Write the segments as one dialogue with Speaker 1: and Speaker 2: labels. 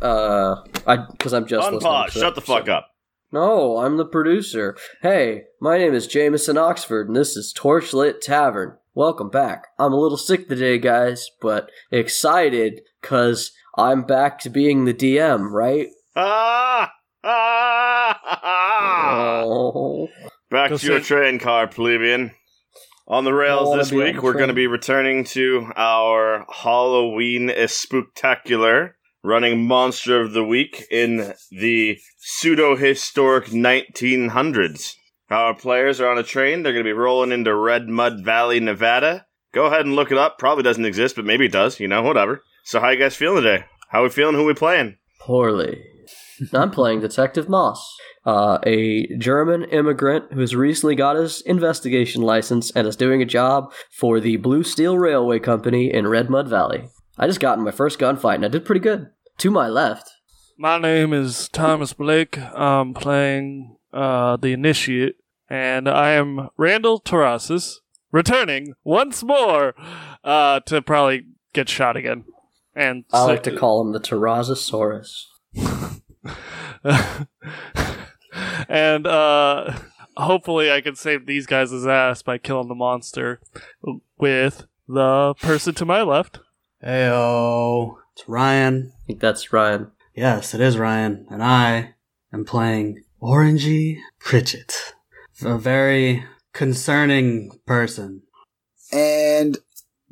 Speaker 1: uh, I because I'm just listening
Speaker 2: Unpause.
Speaker 1: to
Speaker 2: Shut
Speaker 1: it,
Speaker 2: the
Speaker 1: so-
Speaker 2: fuck up.
Speaker 1: No, I'm the producer. Hey, my name is Jameson Oxford, and this is Torchlit Tavern. Welcome back. I'm a little sick today, guys, but excited because I'm back to being the DM, right?
Speaker 2: Ah! Ah! ah, ah.
Speaker 1: Oh.
Speaker 2: Back
Speaker 3: Go
Speaker 2: to your
Speaker 3: sit.
Speaker 2: train car, plebeian. On the rails
Speaker 1: wanna
Speaker 2: this
Speaker 1: be on
Speaker 2: week,
Speaker 1: the
Speaker 2: we're going to
Speaker 1: train.
Speaker 2: be returning to our Halloween spectacular, running monster of the week in the pseudo historic 1900s. Our players are on a train. They're going to be rolling into Red Mud Valley, Nevada. Go ahead and look it up. Probably doesn't exist, but maybe it does. You know, whatever. So, how you guys feeling today? How we feeling? Who we playing?
Speaker 1: Poorly. I'm playing Detective Moss, uh, a German immigrant who has recently got his investigation license and is doing a job for the Blue Steel Railway Company in Red Mud Valley. I just got in my first gunfight and I did pretty good. To my left.
Speaker 3: My name is Thomas Blake. I'm playing uh, the Initiate, and I am Randall Tarasis, returning once more uh, to probably get shot again. And
Speaker 1: I like to call him the Tyrannosaurus.
Speaker 3: and uh, hopefully, I can save these guys' ass by killing the monster with the person to my left.
Speaker 4: Heyo, it's Ryan.
Speaker 1: I think that's Ryan.
Speaker 4: Yes, it is Ryan, and I am playing Orangey Pritchett, a very concerning person.
Speaker 5: and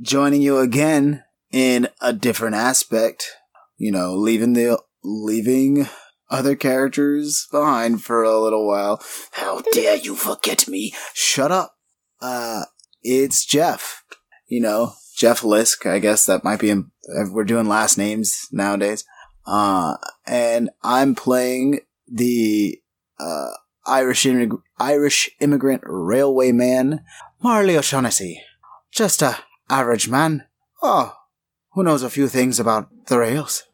Speaker 5: joining you again in a different aspect. You know, leaving the leaving other characters behind for a little while. How dare you forget me? Shut up. Uh, it's Jeff. You know, Jeff Lisk. I guess that might be. In, we're doing last names nowadays. Uh, and I'm playing the uh Irish immig- Irish immigrant railway man Marley O'Shaughnessy just a average man. Oh, who knows a few things about the rails.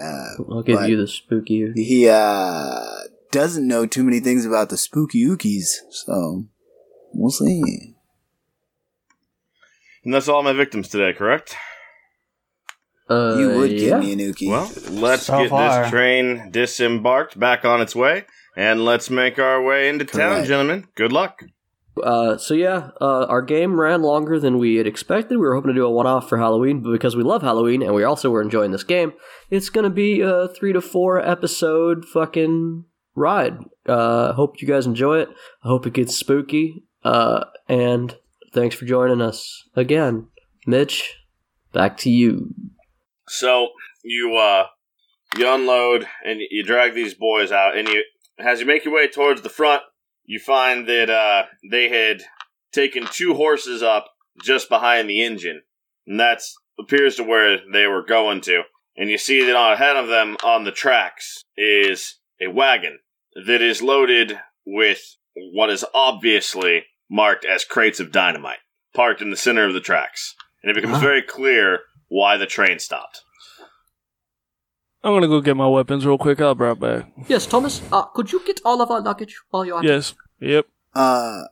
Speaker 5: Uh,
Speaker 1: I'll give
Speaker 5: Right.
Speaker 1: you the spooky.
Speaker 5: he uh, doesn't know too many things about the spooky ookies, so we'll see.
Speaker 2: And that's all my victims today, correct?
Speaker 1: Uh,
Speaker 5: you would
Speaker 1: yeah.
Speaker 5: give me an ookie.
Speaker 2: Well, let's
Speaker 4: So
Speaker 2: get
Speaker 4: far.
Speaker 2: this train disembarked back on its way, and let's make our way into town,
Speaker 5: Correct.
Speaker 2: gentlemen. Good luck.
Speaker 1: Uh, so yeah, uh, our game ran longer than we had expected. We were hoping to do a one-off for Halloween, but because we love Halloween and we also were enjoying this game, it's gonna be a three to four episode fucking ride. Uh, hope you guys enjoy it. I hope it gets spooky. Uh, and thanks for joining us again, Mitch. Back to you.
Speaker 2: So you uh, you unload and you drag these boys out, and you as you make your way towards the front, you find that uh, they had taken two horses up just behind the engine, and that's appears to where they were going to. And you see that on ahead of them on the tracks is a wagon that is loaded with what is obviously marked as crates of dynamite, parked in the center of the tracks. And it becomes
Speaker 4: Wow.
Speaker 2: very clear why the train stopped.
Speaker 3: I'm gonna go get my weapons real quick. I'll be right back.
Speaker 1: Yes, Thomas. Uh, could you get all of our luggage while you're
Speaker 3: Yes. Yep.
Speaker 5: Uh,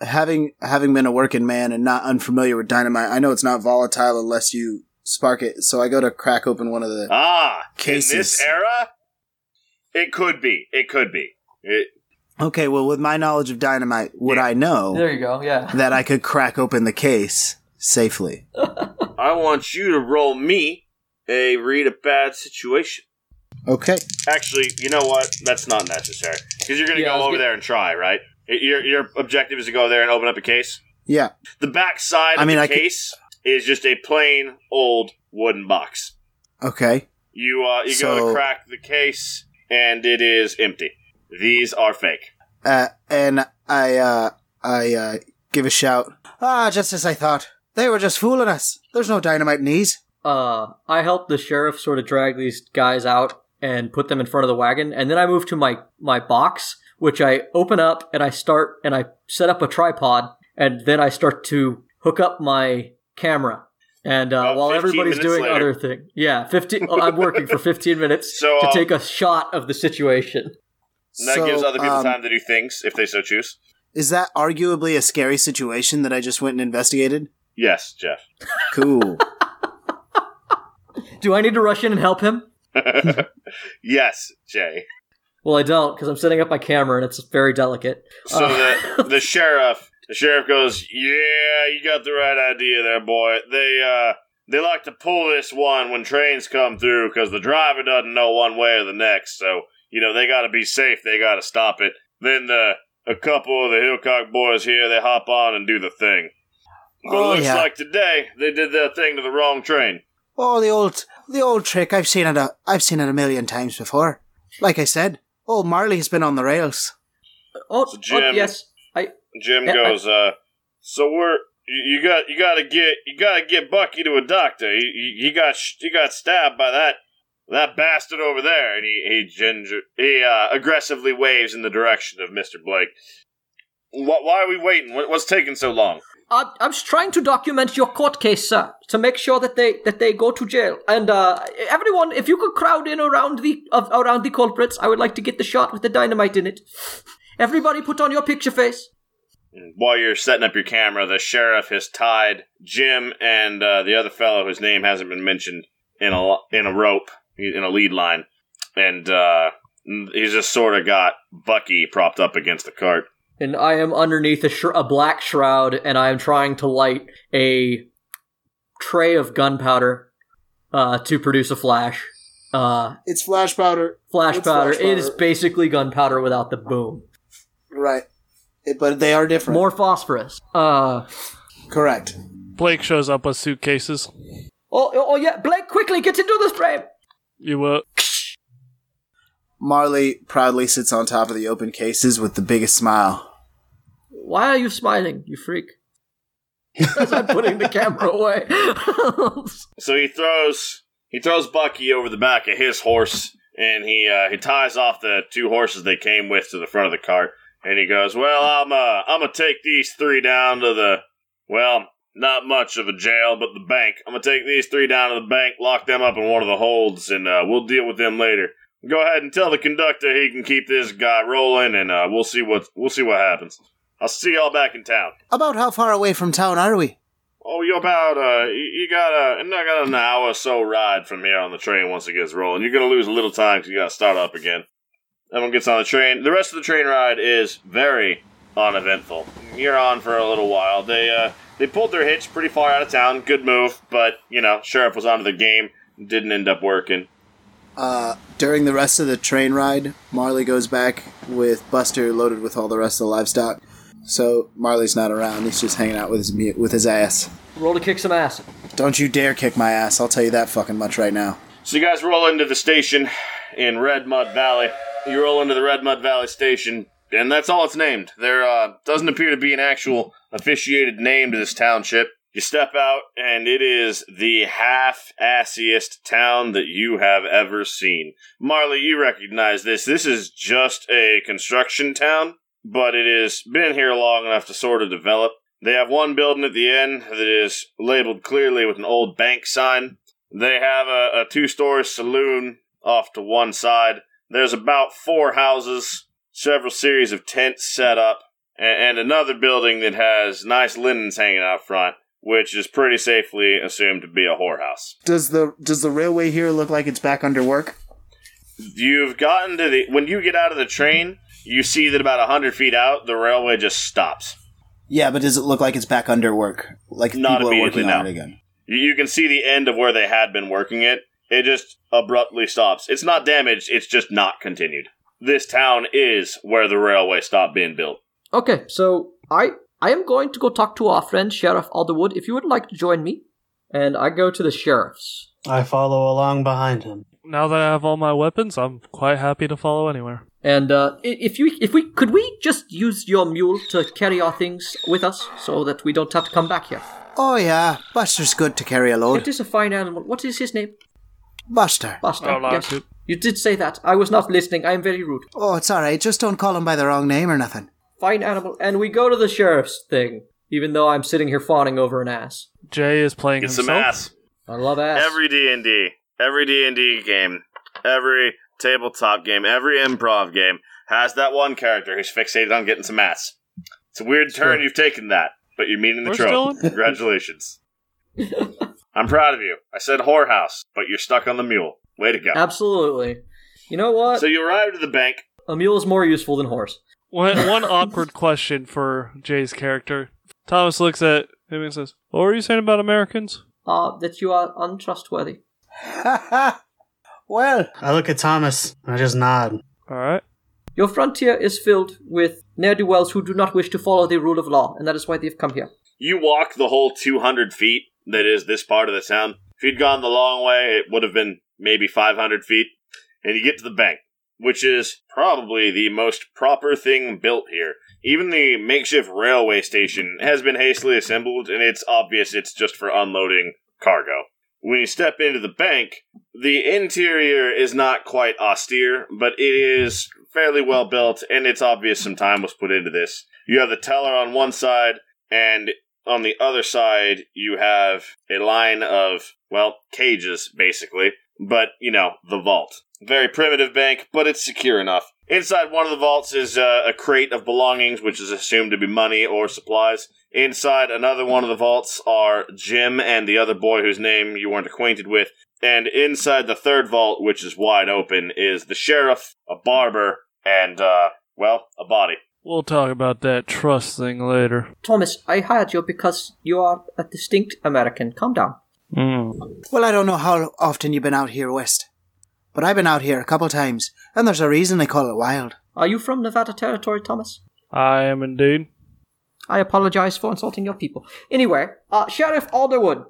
Speaker 5: having having been a working man and not unfamiliar with dynamite, I know it's not volatile unless you spark it. So I go to crack open one of the.
Speaker 2: Ah, in
Speaker 5: Cases.
Speaker 2: this era, it could be. It could be. It,
Speaker 5: Okay, well, with my knowledge of dynamite, would I know
Speaker 1: you go. Yeah.
Speaker 5: that I could crack open the case safely?
Speaker 2: I want you to roll me a read a bad situation.
Speaker 5: Okay.
Speaker 2: Actually, you know what? That's not necessary because you're going to
Speaker 1: Yeah, I
Speaker 2: go
Speaker 1: was
Speaker 2: over
Speaker 1: gonna-
Speaker 2: there and try, right? Y- Your your objective is to go there and open up a case.
Speaker 5: Yeah.
Speaker 2: The back side of
Speaker 5: I mean,
Speaker 2: the
Speaker 5: I could-
Speaker 2: case is just a plain old wooden box.
Speaker 5: Okay.
Speaker 2: You uh, you go to
Speaker 5: So-
Speaker 2: crack the case, and it is empty. These are fake.
Speaker 5: uh, and I uh, I uh, give a shout. Ah, just as I thought, they were just fooling us. There's no dynamite in these.
Speaker 6: uh, I helped the sheriff sort of drag these guys out and put them in front of the wagon, and then I moved to my my box, which I open up and I start and I set up a tripod, and then I start to hook up my camera. And uh,
Speaker 2: About
Speaker 6: while
Speaker 2: 15
Speaker 6: everybody's
Speaker 2: minutes
Speaker 6: doing
Speaker 2: later.
Speaker 6: other thing, yeah, fifteen. oh, I'm working for fifteen minutes
Speaker 2: So,
Speaker 6: to
Speaker 2: uh,
Speaker 6: take a shot of the situation.
Speaker 2: And that gives other people
Speaker 5: um,
Speaker 2: time to do things if they so choose.
Speaker 5: Is that arguably a scary situation that I just went and investigated?
Speaker 2: Yes, Jeff.
Speaker 5: Cool.
Speaker 6: Do I need to rush in and help him?
Speaker 2: yes, Jay.
Speaker 6: Well, I don't because I'm setting up my camera and it's very delicate.
Speaker 2: So
Speaker 6: Uh,
Speaker 2: the the sheriff the sheriff goes, Yeah, you got the right idea there, boy. They uh they like to pull this one when trains come through because the driver doesn't know one way or the next. So you know they got to be safe. They got to stop it. Then the a couple of the Hillcock boys here they hop on and do the thing. But
Speaker 5: Oh,
Speaker 2: it looks
Speaker 5: yeah.
Speaker 2: like today they did their thing to the wrong train.
Speaker 5: Oh, the old, the old trick. I've seen it. A, I've seen it a million times before. Like I said, old Marley's been on the rails.
Speaker 6: oh,
Speaker 2: So
Speaker 6: oh,
Speaker 2: Jim-
Speaker 6: yes, I
Speaker 2: Jim
Speaker 6: Yeah, I-
Speaker 2: goes, uh, "So we're you, you got you got to get you got to get Bucky to a doctor. He, he, he got sh- he got stabbed by that that bastard over there." And he he ginger he uh, aggressively waves in the direction of Mister Blake. Why, why are we waiting? What, what's taking so long?
Speaker 6: I, I'm just trying to document your court case, sir, to make sure that they that they go to jail. And uh, everyone, if you could crowd in around the of, around the culprits, I would like to get the shot with the dynamite in it. Everybody, put on your picture face.
Speaker 2: And While you're setting up your camera, the sheriff has tied Jim and uh, the other fellow whose name hasn't been mentioned in a lo- in a rope in a lead line, and uh, he's just sort of got Bucky propped up against the cart.
Speaker 6: And I am underneath a, shr- a black shroud, and I am trying to light a tray of gunpowder uh, to produce a flash. Uh,
Speaker 5: It's flash powder,
Speaker 6: flash
Speaker 5: What's
Speaker 6: powder.
Speaker 5: flash
Speaker 6: It is
Speaker 5: powder?
Speaker 6: basically gunpowder without the boom.
Speaker 5: right? It- but they are different.
Speaker 6: More phosphorus. Uh,
Speaker 5: correct.
Speaker 3: Blake shows up with suitcases.
Speaker 6: oh, oh, oh, yeah, Blake, quickly get into this frame.
Speaker 3: You will.
Speaker 5: Marley proudly sits on top of the open cases with the biggest smile.
Speaker 6: Why are you smiling, you freak? As I'm putting the camera away.
Speaker 2: So he throws he throws Bucky over the back of his horse, and he uh, he ties off the two horses they came with to the front of the cart, and he goes, "Well, I'm uh, I'm gonna take these three down to the well, not much of a jail, but the bank. I'm gonna take these three down to the bank, lock them up in one of the holds, and uh, we'll deal with them later. Go ahead and tell the conductor he can keep this guy rolling, and uh, we'll see what we'll see what happens. I'll see y'all back in town."
Speaker 5: About how far away from town are we?
Speaker 2: Oh, you're about uh, you you got a, and I got an hour or so ride from here on the train once it gets rolling. You're gonna lose a little time because you gotta start up again. Everyone gets on the train. The rest of the train ride is very uneventful. You're on for a little while. They uh, they pulled their hitch pretty far out of town. Good move, but you know, sheriff was onto the game. Didn't end up working.
Speaker 5: Uh, during the rest of the train ride, Marley goes back with Buster loaded with all the rest of the livestock. So Marley's not around. He's just hanging out with his mu- with his ass.
Speaker 6: Roll to kick some ass.
Speaker 5: Don't you dare kick my ass. I'll tell you that fucking much right now.
Speaker 2: So you guys roll into the station in Red Mud Valley. You roll into the Red Mud Valley station, and that's all it's named. There uh, doesn't appear to be an actual officiated name to this township. You step out, and it is the half-assiest town that you have ever seen. Marley, you recognize this. This is just a construction town, but it has been here long enough to sort of develop. They have one building at the end that is labeled clearly with an old bank sign. They have a, a two story saloon off to one side. There's about four houses, several series of tents set up, and, and another building that has nice linens hanging out front, which is pretty safely assumed to be a whorehouse.
Speaker 5: Does the does the railway here look like it's back under work?
Speaker 2: You've gotten to the. When you get out of the train, you see that about a 100 feet out, the railway just stops.
Speaker 5: Yeah, but does it look like it's back under work? Like
Speaker 2: Not
Speaker 5: people are
Speaker 2: immediately,
Speaker 5: working on
Speaker 2: no.
Speaker 5: it again?
Speaker 2: You- You can see the end of where they had been working it. It just abruptly stops. It's not damaged, it's just not continued. This town is where the railway stopped being built.
Speaker 6: Okay, so I I am going to go talk to our friend Sheriff Alderwood if you would like to join me. And I go to the sheriff's.
Speaker 4: I follow along behind him.
Speaker 3: Now that I have all my weapons, I'm quite happy to follow anywhere.
Speaker 6: And uh, i- if you if we could we just use your mule to carry our things with us so that we don't have to come back here.
Speaker 5: Oh yeah, Buster's good to carry a
Speaker 6: It
Speaker 5: load.
Speaker 6: is a fine animal. What is his name?
Speaker 5: Buster.
Speaker 6: Buster.
Speaker 3: Oh, like
Speaker 6: yes.
Speaker 3: it.
Speaker 6: You did say that. I was not listening. I am very rude.
Speaker 5: Oh, it's all right. Just don't call him by the wrong name or nothing.
Speaker 6: Fine animal. And we go to the sheriff's thing, even though I'm sitting here fawning over an ass.
Speaker 3: Jay is playing
Speaker 2: Get
Speaker 3: himself.
Speaker 2: some ass.
Speaker 6: I love ass.
Speaker 2: Every D and D, every D and D game, every tabletop game, every improv game has that one character who's fixated on getting some ass. It's a weird turn you've taken that, but you're meeting the
Speaker 3: We're
Speaker 2: trope.
Speaker 3: still in-
Speaker 2: Congratulations. I'm proud of you. I said whorehouse, but you're stuck on the mule. Way to go.
Speaker 6: Absolutely. You know what?
Speaker 2: So you arrived at the bank.
Speaker 6: a mule is more useful than horse.
Speaker 3: One, one awkward question for Jay's character. Thomas looks at him and says, What were you saying about Americans?
Speaker 6: Uh, that you are untrustworthy.
Speaker 5: well,
Speaker 4: I look at Thomas and I just nod.
Speaker 3: All right.
Speaker 6: Your frontier is filled with ne'er-do-wells who do not wish to follow the rule of law, and that is why they've come here.
Speaker 2: You walk the whole 200 feet that is this part of the town. If you'd gone the long way, it would have been maybe 500 feet. And you get to the bank, which is probably the most proper thing built here. Even the makeshift railway station has been hastily assembled, and it's obvious it's just for unloading cargo. When you step into the bank, the interior is not quite austere, but it is fairly well built, and it's obvious some time was put into this. You have the teller on one side, and on the other side, you have a line of, well, cages, basically, but, you know, the vault. Very primitive bank, but it's secure enough. Inside one of the vaults is uh, a crate of belongings, which is assumed to be money or supplies. Inside another one of the vaults are Jim and the other boy whose name you weren't acquainted with. And inside the third vault, which is wide open, is the sheriff, a barber, and, uh, well, a body.
Speaker 3: We'll talk about that trust thing later.
Speaker 6: Thomas, I hired you because you are a distinct American. Calm down.
Speaker 5: well, I don't know how often you've been out here west, but I've been out here a couple times, and there's a reason they call it wild.
Speaker 6: Are you from Nevada Territory, Thomas?
Speaker 3: I am indeed.
Speaker 6: I apologize for insulting your people. Anyway, uh, Sheriff Alderwood.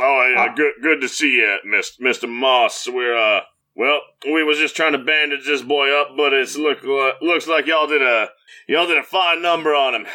Speaker 2: Oh, yeah, good, good to see you, Miss, Mr. Moss. We're, uh, well, we was just trying to bandage this boy up, but it's look li- looks like y'all did a y'all did a fine number on him.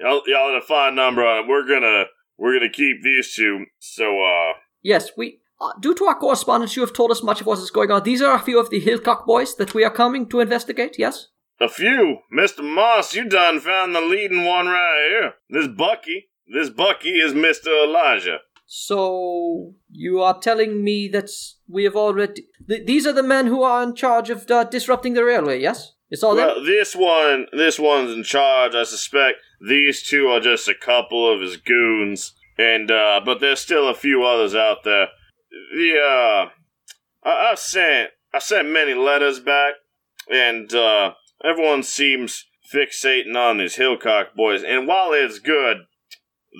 Speaker 2: Y'all, y'all did a fine number on him. We're gonna we're gonna keep these two. So, uh,
Speaker 6: Yes, we. Uh, due to our correspondence, you have told us much of what is going on. These are a few of the Hillcock boys that we are coming to investigate, yes?
Speaker 2: a few, Mister Moss, you done found the leading one right here. This Bucky, this Bucky is Mister Elijah.
Speaker 6: So, you are telling me that we have already. Th- these are the men who are in charge of uh, disrupting the railway, yes? It's all them?
Speaker 2: Well, this one, this one's in charge. I suspect these two are just a couple of his goons, and uh, but there's still a few others out there. The uh, I, I've sent I sent many letters back, and uh, everyone seems fixating on these Hillcock boys. And while it's good,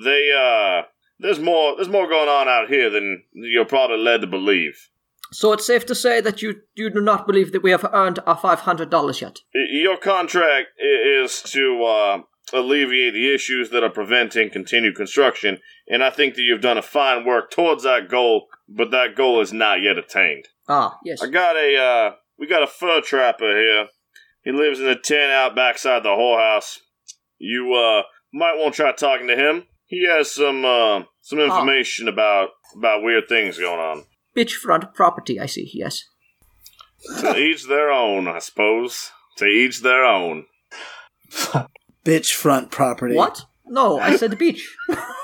Speaker 2: they uh, there's more there's more going on out here than you're probably led to believe.
Speaker 6: So it's safe to say that you, you do not believe that we have earned our $500 yet.
Speaker 2: Your contract i- is to uh, alleviate the issues that are preventing continued construction, and I think that you've done a fine work towards that goal, but that goal is not yet attained.
Speaker 6: Ah, yes.
Speaker 2: I got a, uh, we got a fur trapper here. He lives in a tent out backside the whorehouse. You uh, might want to try talking to him. He has some uh, some information about about weird things going on.
Speaker 6: Beachfront property, I see, yes.
Speaker 2: to each their own, I suppose. To each their own.
Speaker 5: Bitchfront property.
Speaker 6: What? No, I said beach.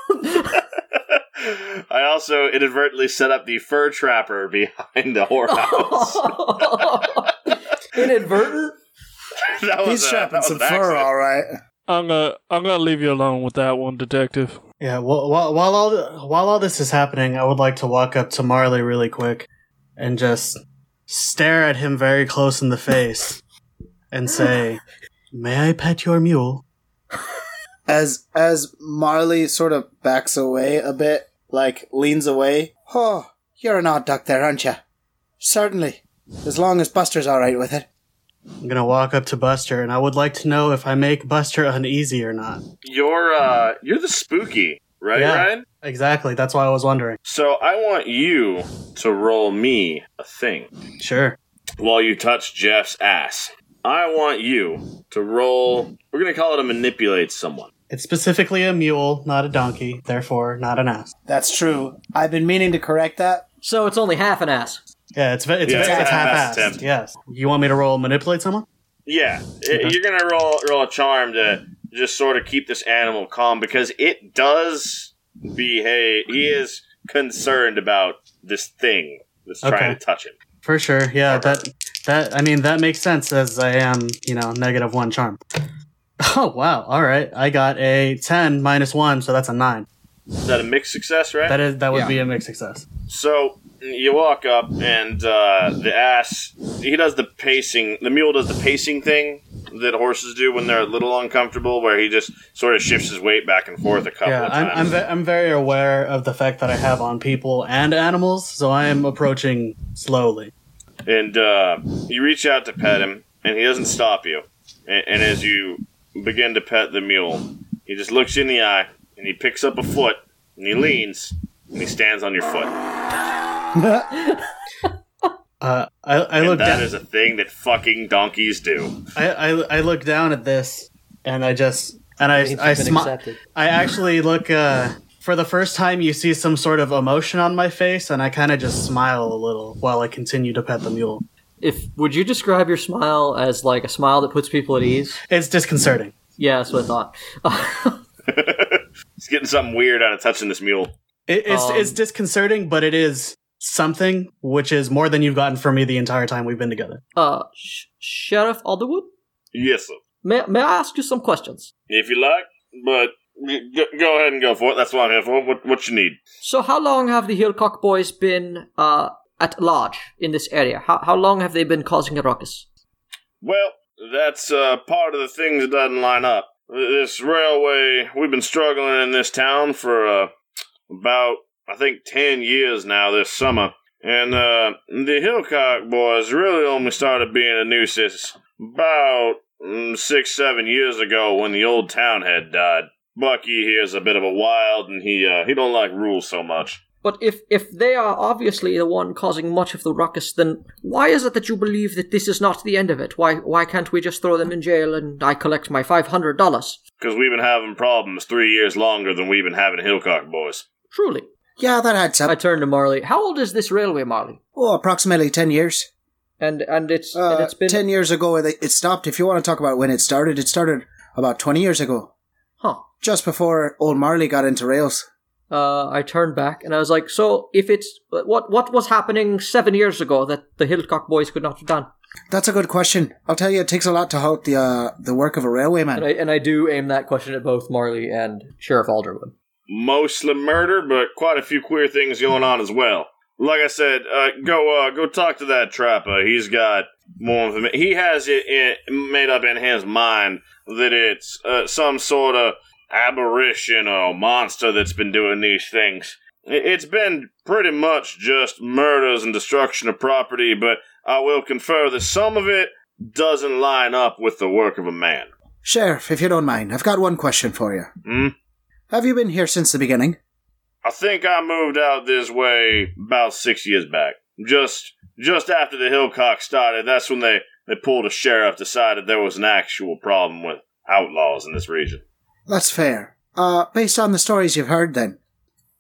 Speaker 2: I also inadvertently set up the fur trapper behind the whorehouse.
Speaker 6: Inadvertent?
Speaker 2: that was a-
Speaker 5: He's
Speaker 2: that
Speaker 5: trapping
Speaker 2: was
Speaker 5: some
Speaker 2: an
Speaker 5: fur,
Speaker 2: accident.
Speaker 5: all right.
Speaker 3: I'm gonna I'm gonna leave you alone with that one, detective.
Speaker 4: Yeah, while, while, while, all, th- while all this is happening, I would like to walk up to Marley really quick and just stare at him very close in the face and say, May I pet your mule?
Speaker 5: As as Marley sort of backs away a bit, like leans away. Oh, you're an odd duck there, aren't you? Certainly. As long as Buster's all right with it.
Speaker 4: I'm gonna walk up to Buster and I would like to know if I make Buster uneasy or not.
Speaker 2: You're uh, you're the spooky, right,
Speaker 4: Yeah.
Speaker 2: Ryan?
Speaker 4: Exactly, that's why I was wondering.
Speaker 2: So I want you to roll me a thing
Speaker 4: Sure.
Speaker 2: while you touch Jeff's ass. I want you to roll. We're gonna call it a manipulate someone.
Speaker 4: It's specifically a mule, not a donkey, therefore not an ass.
Speaker 5: That's true. I've been meaning to correct that.
Speaker 6: So it's only half an ass.
Speaker 4: Yeah, it's ve- it's,
Speaker 2: Yeah,
Speaker 4: ve-
Speaker 2: it's a
Speaker 4: it's
Speaker 2: half-assed
Speaker 4: half-assed.
Speaker 2: attempt.
Speaker 4: Yes. You want me to roll manipulate someone?
Speaker 2: Yeah, i- you're gonna roll roll a charm to just sort of keep this animal calm because it does behave. He is concerned about this thing that's trying
Speaker 4: Okay.
Speaker 2: to touch him.
Speaker 4: For sure. Yeah, that that I mean that makes sense as I am, you know, negative 1 charm. Oh, wow. All right. I got a 10 minus 1, so that's a 9.
Speaker 2: Is that a mixed success, right?
Speaker 4: That is that would
Speaker 6: Yeah.
Speaker 4: be a mixed success.
Speaker 2: So you walk up, and uh, the ass he does the pacing. The mule does the pacing thing that horses do when they're a little uncomfortable, where he just sort of shifts his weight back and forth a couple
Speaker 4: Yeah,
Speaker 2: of
Speaker 4: I'm
Speaker 2: times.
Speaker 4: I'm, ve- I'm very aware of the fact that I have on people and animals, so I am approaching slowly.
Speaker 2: and uh, you reach out to pet him, and he doesn't stop you. And, and as you begin to pet the mule, he just looks you in the eye, and he picks up a foot, and he leans, and he stands on your foot.
Speaker 4: Uh, I I look
Speaker 2: And that
Speaker 4: down.
Speaker 2: is a thing that fucking donkeys do.
Speaker 4: I, I I look down at this, and I just and I I smile. I actually look uh for the first time you see some sort of emotion on my face and I kind of just smile a little while I continue to pet the mule.
Speaker 6: If would you describe your smile as like a smile that puts people at ease?
Speaker 4: It's disconcerting.
Speaker 6: Yeah, that's what I thought.
Speaker 2: He's getting something weird out of touching this mule.
Speaker 4: It, it's
Speaker 6: Um,
Speaker 4: it's disconcerting, but it is something which is more than you've gotten from me the entire time we've been together.
Speaker 6: uh, Sh- Sheriff Alderwood,
Speaker 2: Yes, sir.
Speaker 6: may may I ask you some questions?
Speaker 2: If you like, but g- g- go ahead and go for it. That's what I'm here for. What, what you need?
Speaker 6: So, how long have the Hillcock boys been uh, at large in this area? How how long have they been causing a ruckus?
Speaker 2: Well, that's uh, part of the things that doesn't line up. This railway, we've been struggling in this town for uh, about, I think, 10 years now this summer. And uh, the Hillcock boys really only started being a nuisance about mm, six, seven years ago when the old town had died. Bucky here's a bit of a wild, and he uh, he don't like rules so much.
Speaker 6: But if if they are obviously the one causing much of the ruckus, then why is it that you believe that this is not the end of it? Why why can't we just throw them in jail and I collect my five hundred dollars?
Speaker 2: Because we've been having problems three years longer than we've been having Hillcock boys.
Speaker 6: Truly,
Speaker 5: Yeah, that adds
Speaker 6: I
Speaker 5: up.
Speaker 6: turned to Marley. How old is this railway, Marley?
Speaker 5: Oh, approximately 10 years.
Speaker 6: And and it's
Speaker 5: Uh,
Speaker 6: and it's been
Speaker 5: 10 years ago it it stopped. If you want to talk about when it started, it started about 20 years ago,
Speaker 6: huh.
Speaker 5: just before old Marley got into rails.
Speaker 6: Uh, I turned back and I was like, so if it's what what was happening seven years ago that the Hillcock boys could not have done?
Speaker 5: That's a good question. I'll tell you, it takes a lot to halt the uh, the work of a railway man.
Speaker 6: And I and I do aim that question at both Marley and Sheriff Alderwood.
Speaker 2: mostly murder, but quite a few queer things going on as well. Like I said, uh, go uh, go talk to that trapper. He's got more information. He has it, it made up in his mind that it's uh, some sort of aberration or monster that's been doing these things. I- It's been pretty much just murders and destruction of property, but I will confer that some of it doesn't line up with the work of a man.
Speaker 5: Sheriff, if you don't mind, I've got one question for you.
Speaker 2: Hmm?
Speaker 5: Have you been here since the beginning?
Speaker 2: I think I moved out this way about six years back. Just just after the Hillcock started, that's when they, they pulled a sheriff, decided there was an actual problem with outlaws in this region.
Speaker 5: That's fair. Uh, based on the stories you've heard, then,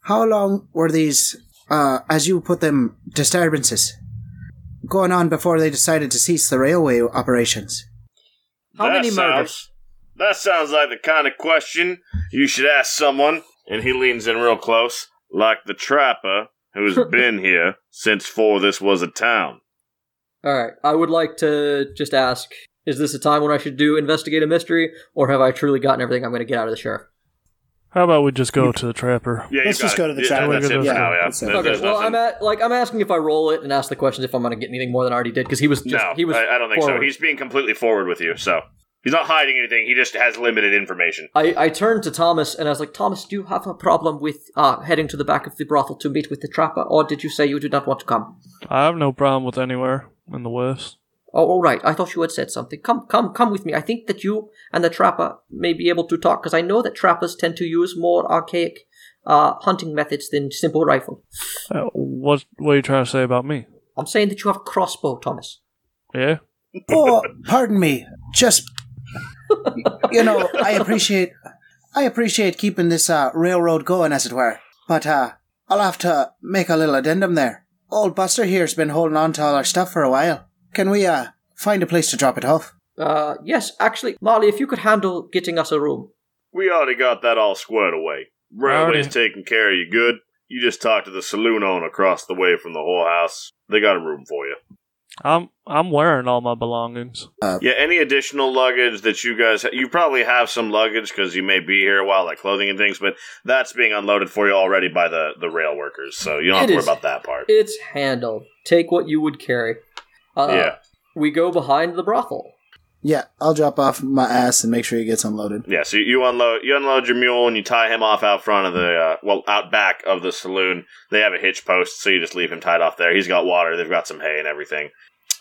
Speaker 5: how long were these, uh, as you put them, disturbances going on before they decided to cease the railway operations?
Speaker 6: How
Speaker 2: That
Speaker 6: many
Speaker 2: sounds-
Speaker 6: murders?
Speaker 2: That sounds like the kind of question you should ask someone. And he leans in real close, like the trapper who's been here since for this was a town.
Speaker 6: All right, I would like to just ask: Is this a time when I should do investigate a mystery, or have I truly gotten everything I'm going to get out of the sheriff?
Speaker 3: How about we just go to the trapper?
Speaker 2: Yeah, you
Speaker 7: Let's
Speaker 2: got
Speaker 7: just
Speaker 2: it.
Speaker 7: go to the
Speaker 2: Yeah,
Speaker 7: trapper.
Speaker 2: That's it for
Speaker 7: Yeah,
Speaker 2: now, yeah.
Speaker 7: that's it.
Speaker 2: There-
Speaker 6: Okay,
Speaker 2: there's
Speaker 6: well,
Speaker 2: nothing-
Speaker 6: I'm at like I'm asking if I roll it and ask the questions if I'm going to get anything more than I already did because he was just,
Speaker 2: no,
Speaker 6: he was
Speaker 2: I, I don't think so.
Speaker 6: forward.
Speaker 2: He's being completely forward with you, so he's not hiding anything. He just has limited information.
Speaker 6: I, I turned to Thomas and I was like, Thomas, do you have a problem with uh, heading to the back of the brothel to meet with the trapper, or did you say you did not want to come?
Speaker 3: I have no problem with anywhere in the West.
Speaker 6: Oh, all right. I thought you had said something. Come, come, come with me. I think that you and the trapper may be able to talk because I know that trappers tend to use more archaic uh, hunting methods than simple rifle.
Speaker 3: Uh, what What are you trying to say about me?
Speaker 6: I'm saying that you have a crossbow, Thomas.
Speaker 3: Yeah.
Speaker 5: oh, pardon me. Just you know, I appreciate I appreciate keeping this uh, railroad going, as it were. But uh, I'll have to make a little addendum there. Old Buster here's been holding on to all our stuff for a while. Can we uh find a place to drop it off?
Speaker 6: Uh, yes, actually, Marley, if you could handle getting us a room.
Speaker 2: We already got that all squared away. Railway's
Speaker 3: Already.
Speaker 2: taking care of you good. You just talk to the saloon owner across the way from the whole house. They got a room for you.
Speaker 3: I'm I'm wearing all my belongings.
Speaker 2: Yeah, any additional luggage that you guys you probably have some luggage because you may be here a while, like clothing and things, but that's being unloaded for you already by the the rail workers, so you don't have
Speaker 6: It
Speaker 2: to worry
Speaker 6: is.
Speaker 2: about that part.
Speaker 6: It's handled. Take what you would carry. Uh,
Speaker 2: yeah,
Speaker 6: We go behind the brothel.
Speaker 5: Yeah, I'll drop off my ass and make sure he gets unloaded.
Speaker 2: yeah. So you unload you unload your mule and you tie him off out front of the uh, well out back of the saloon. They have a hitch post, so you just leave him tied off there. He's got water. They've got some hay and everything.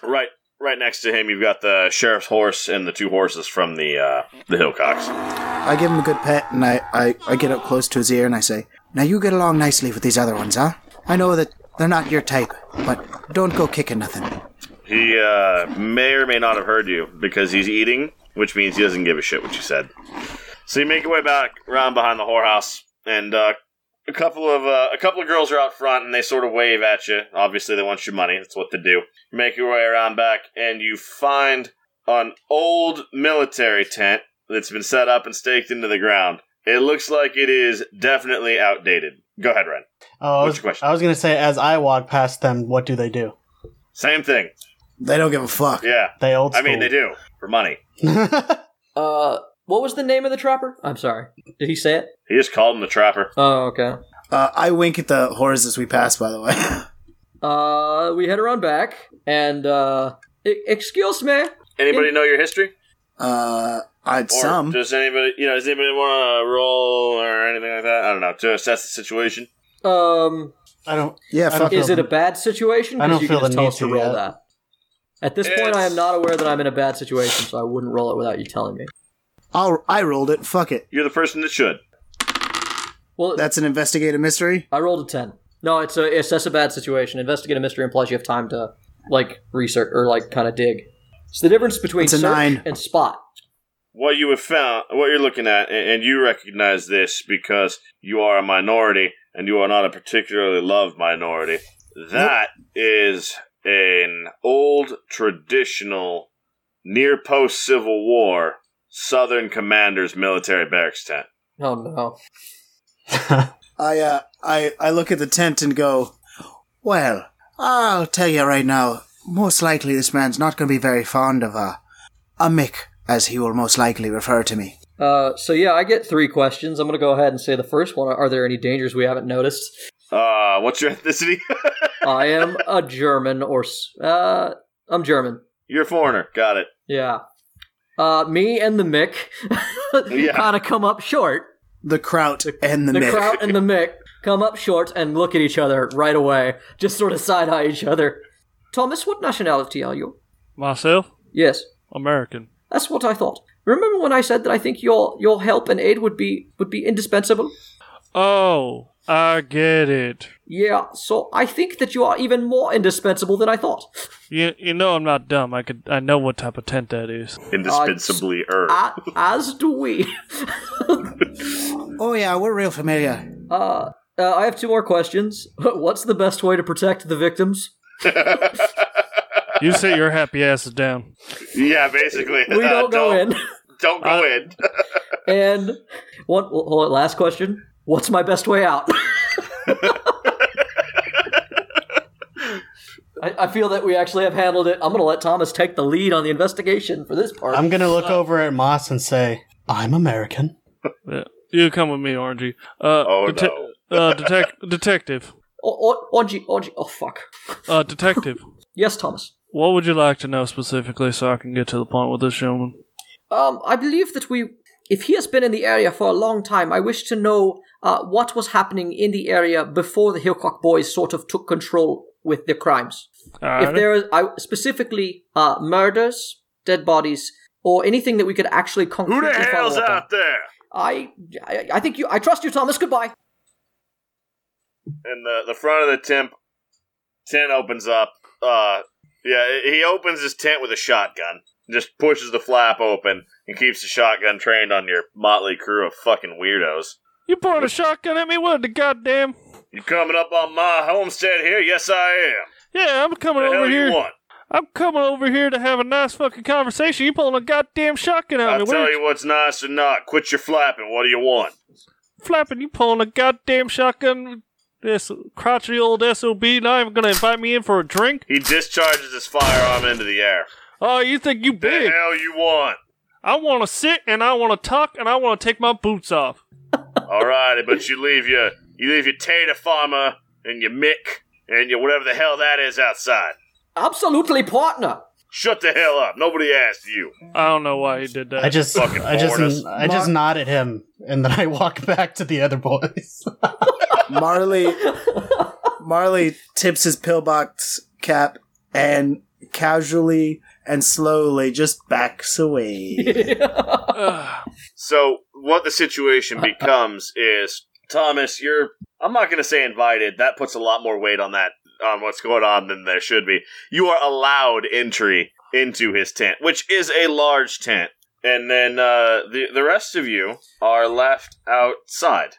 Speaker 2: Right, right next to him, you've got the sheriff's horse and the two horses from the uh, the Hillcocks.
Speaker 5: I give him a good pet and I, I, I get up close to his ear and I say, Now you get along nicely with these other ones, huh? I know that they're not your type, but don't go kicking nothing.
Speaker 2: He uh, may or may not have heard you because he's eating, which means he doesn't give a shit what you said. So you make your way back around behind the whorehouse, and uh, a couple of uh, a couple of girls are out front, and they sort of wave at you. Obviously, they want your money. That's what they do. You make your way around back, and you find an old military tent that's been set up and staked into the ground. It looks like it is definitely outdated. Go ahead, Ren.
Speaker 4: Oh, I
Speaker 2: What's
Speaker 4: was,
Speaker 2: your question?
Speaker 4: I was gonna say, as I walk past them, what do they do?
Speaker 2: Same thing.
Speaker 5: They don't give a fuck.
Speaker 2: Yeah.
Speaker 4: They old.
Speaker 2: I mean, they
Speaker 4: school.
Speaker 2: do for money.
Speaker 6: Uh, what was the name of the trapper? I'm sorry. Did he say it?
Speaker 2: He just called him the trapper.
Speaker 6: Oh, okay.
Speaker 5: Uh, I wink at the horrors as we pass, by the way.
Speaker 6: Uh, we head around back, and uh, e- excuse me.
Speaker 2: Anybody know your history?
Speaker 5: uh, I'd
Speaker 2: Or
Speaker 5: some.
Speaker 2: Does anybody, you know, does anybody want to roll or anything like that? I don't know to assess the situation.
Speaker 6: Um,
Speaker 4: I don't.
Speaker 5: yeah,
Speaker 4: I
Speaker 5: fuck.
Speaker 4: don't
Speaker 6: is
Speaker 4: feel
Speaker 6: it a
Speaker 4: the-
Speaker 6: bad situation?
Speaker 4: I
Speaker 6: Because
Speaker 4: don't
Speaker 6: you can
Speaker 4: feel
Speaker 6: just
Speaker 4: the
Speaker 6: tell
Speaker 4: need
Speaker 6: us to
Speaker 4: to
Speaker 6: roll
Speaker 4: yet.
Speaker 6: that. At this point, I am not aware that I'm in a bad situation, so I wouldn't roll it without you telling me.
Speaker 5: I'll, I rolled it. Fuck it.
Speaker 2: You're the person that should.
Speaker 6: Well,
Speaker 5: That's an investigative mystery.
Speaker 6: I rolled a ten. No, it's a it's that's a bad situation. Investigate a mystery implies you have time to like research or like kind of dig. It's the difference between
Speaker 5: It's a
Speaker 6: search
Speaker 5: nine.
Speaker 6: and spot.
Speaker 2: What you have found, what you're looking at, a- and you recognize this because you are a minority and you are not a particularly loved minority. That is an old traditional, near post Civil War Southern commander's military barracks tent.
Speaker 6: Oh no.
Speaker 5: I uh, I I look at the tent and go, "Well, I'll tell you right now. Most likely, this man's not going to be very fond of a a Mick, as he will most likely refer to me.
Speaker 6: Uh, so yeah, I get three questions. I'm gonna go ahead and say the first one: Are there any dangers we haven't noticed?
Speaker 2: Uh, what's your ethnicity?
Speaker 6: I am a German, or s- uh, I'm German.
Speaker 2: you're a foreigner. Got it.
Speaker 6: Yeah. Uh, me and the Mick
Speaker 2: Yeah.
Speaker 6: kind of come up short.
Speaker 5: The Kraut and the,
Speaker 6: The
Speaker 5: Mick.
Speaker 6: Kraut and the Mick come up short and look at each other right away, just sort of side eye each other. Thomas, what nationality are you?
Speaker 3: Myself,
Speaker 6: Yes,
Speaker 3: American.
Speaker 6: that's what I thought. Remember when I said that I think your your help and aid would be would be indispensable?
Speaker 3: Oh, I get it.
Speaker 6: Yeah, so I think that you are even more indispensable than I thought.
Speaker 3: You you know I'm not dumb. I could I know what type of tent that is.
Speaker 2: Indispensably er.
Speaker 6: A as do we.
Speaker 5: Oh yeah, we're real familiar.
Speaker 6: Uh, uh, I have two more questions. What's the best way to protect the victims?
Speaker 3: You sit your happy asses down.
Speaker 2: Yeah, basically.
Speaker 6: We
Speaker 2: Uh,
Speaker 6: don't go in.
Speaker 2: Don't go
Speaker 3: Uh,
Speaker 2: in.
Speaker 6: And what? Hold on, last question. What's my best way out? I, I feel that we actually have handled it. I'm going to let Thomas take the lead on the investigation for this part.
Speaker 4: I'm gonna look over at Moss and say, "I'm American."
Speaker 3: Yeah. You come with me, Orangey. Uh,
Speaker 2: Oh,
Speaker 3: no. uh, detec- detective.
Speaker 6: Oh, oh, oh, gee, oh, gee. oh, fuck.
Speaker 3: Uh, detective.
Speaker 6: Yes, Thomas.
Speaker 3: What would you like to know specifically so I can get to the point with this gentleman?
Speaker 6: Um, I believe that we, if he has been in the area for a long time, I wish to know uh, what was happening in the area before the Hillcock boys sort of took control with their crimes. if
Speaker 2: Uh,
Speaker 3: Alrighty.
Speaker 6: there is I, specifically uh, murders, dead bodies, or anything that we could actually
Speaker 2: Who
Speaker 6: concretely
Speaker 2: the hell's
Speaker 6: follow up on.
Speaker 2: out there?
Speaker 6: I, I, I think you. I trust you, Thomas. Goodbye.
Speaker 2: And the, the front of the tent, tent opens up. Uh, yeah, he opens his tent with a shotgun. Just pushes the flap open and keeps the shotgun trained on your motley crew of fucking weirdos.
Speaker 3: you poured a shotgun at me? What the goddamn?
Speaker 2: You coming up on my homestead here? Yes, I am.
Speaker 3: Yeah, I'm coming
Speaker 2: the hell
Speaker 3: over
Speaker 2: you
Speaker 3: here.
Speaker 2: want?
Speaker 3: I'm coming over here to have a nice fucking conversation. You pulling a goddamn shotgun at
Speaker 2: I'll
Speaker 3: me? What
Speaker 2: tell
Speaker 3: are
Speaker 2: you what's nice or not. Quit your flapping. What do you want?
Speaker 3: flapping? You pulling a goddamn shotgun? This crotchety old SOB not even gonna invite me in for a drink?
Speaker 2: He discharges his firearm into the air.
Speaker 3: Oh, you think you
Speaker 2: The
Speaker 3: big?
Speaker 2: hell you want?
Speaker 3: I wanna sit and I wanna talk and I wanna take my boots off.
Speaker 2: Alrighty, but you leave your you leave your tater farmer and your Mick and your whatever the hell that is outside.
Speaker 6: Absolutely, partner.
Speaker 2: Shut the hell up. Nobody asked you.
Speaker 3: I don't know why he did that.
Speaker 4: I just,
Speaker 2: Fucking
Speaker 4: I just,
Speaker 2: foreigners.
Speaker 4: I just
Speaker 5: Mar-
Speaker 4: nod at him, and then I walk back to the other boys.
Speaker 5: Marley Marley tips his pillbox cap and casually and slowly just backs away.
Speaker 3: Ugh.
Speaker 2: So what the situation becomes is Thomas, you're I'm not gonna say invited. That puts a lot more weight on that on what's going on than there should be. You are allowed entry into his tent, which is a large tent. And then uh, the the rest of you are left outside.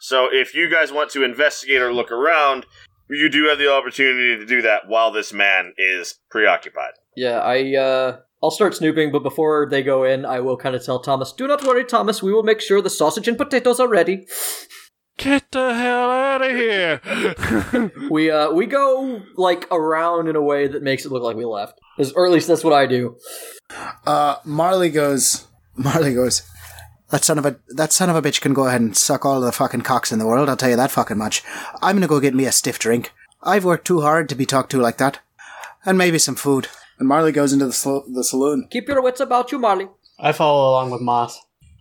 Speaker 2: So if you guys want to investigate or look around, you do have the opportunity to do that while this man is preoccupied.
Speaker 6: Yeah, I uh I'll start snooping, but before they go in, I will kind of tell Thomas, "Do not worry, Thomas. We will make sure the sausage and potatoes are ready."
Speaker 3: Get the hell out of here!
Speaker 6: We uh we go like around in a way that makes it look like we left. Is- Or at least that's what I do.
Speaker 5: Uh, Marley goes. Marley goes. That son of a that son of a bitch can go ahead and suck all the fucking cocks in the world. I'll tell you that fucking much. I'm gonna go get me a stiff drink. I've worked too hard to be talked to like that, and maybe some food. And Marley goes into the sal- the saloon.
Speaker 6: Keep your wits about you, Marley.
Speaker 4: I follow along with Moss.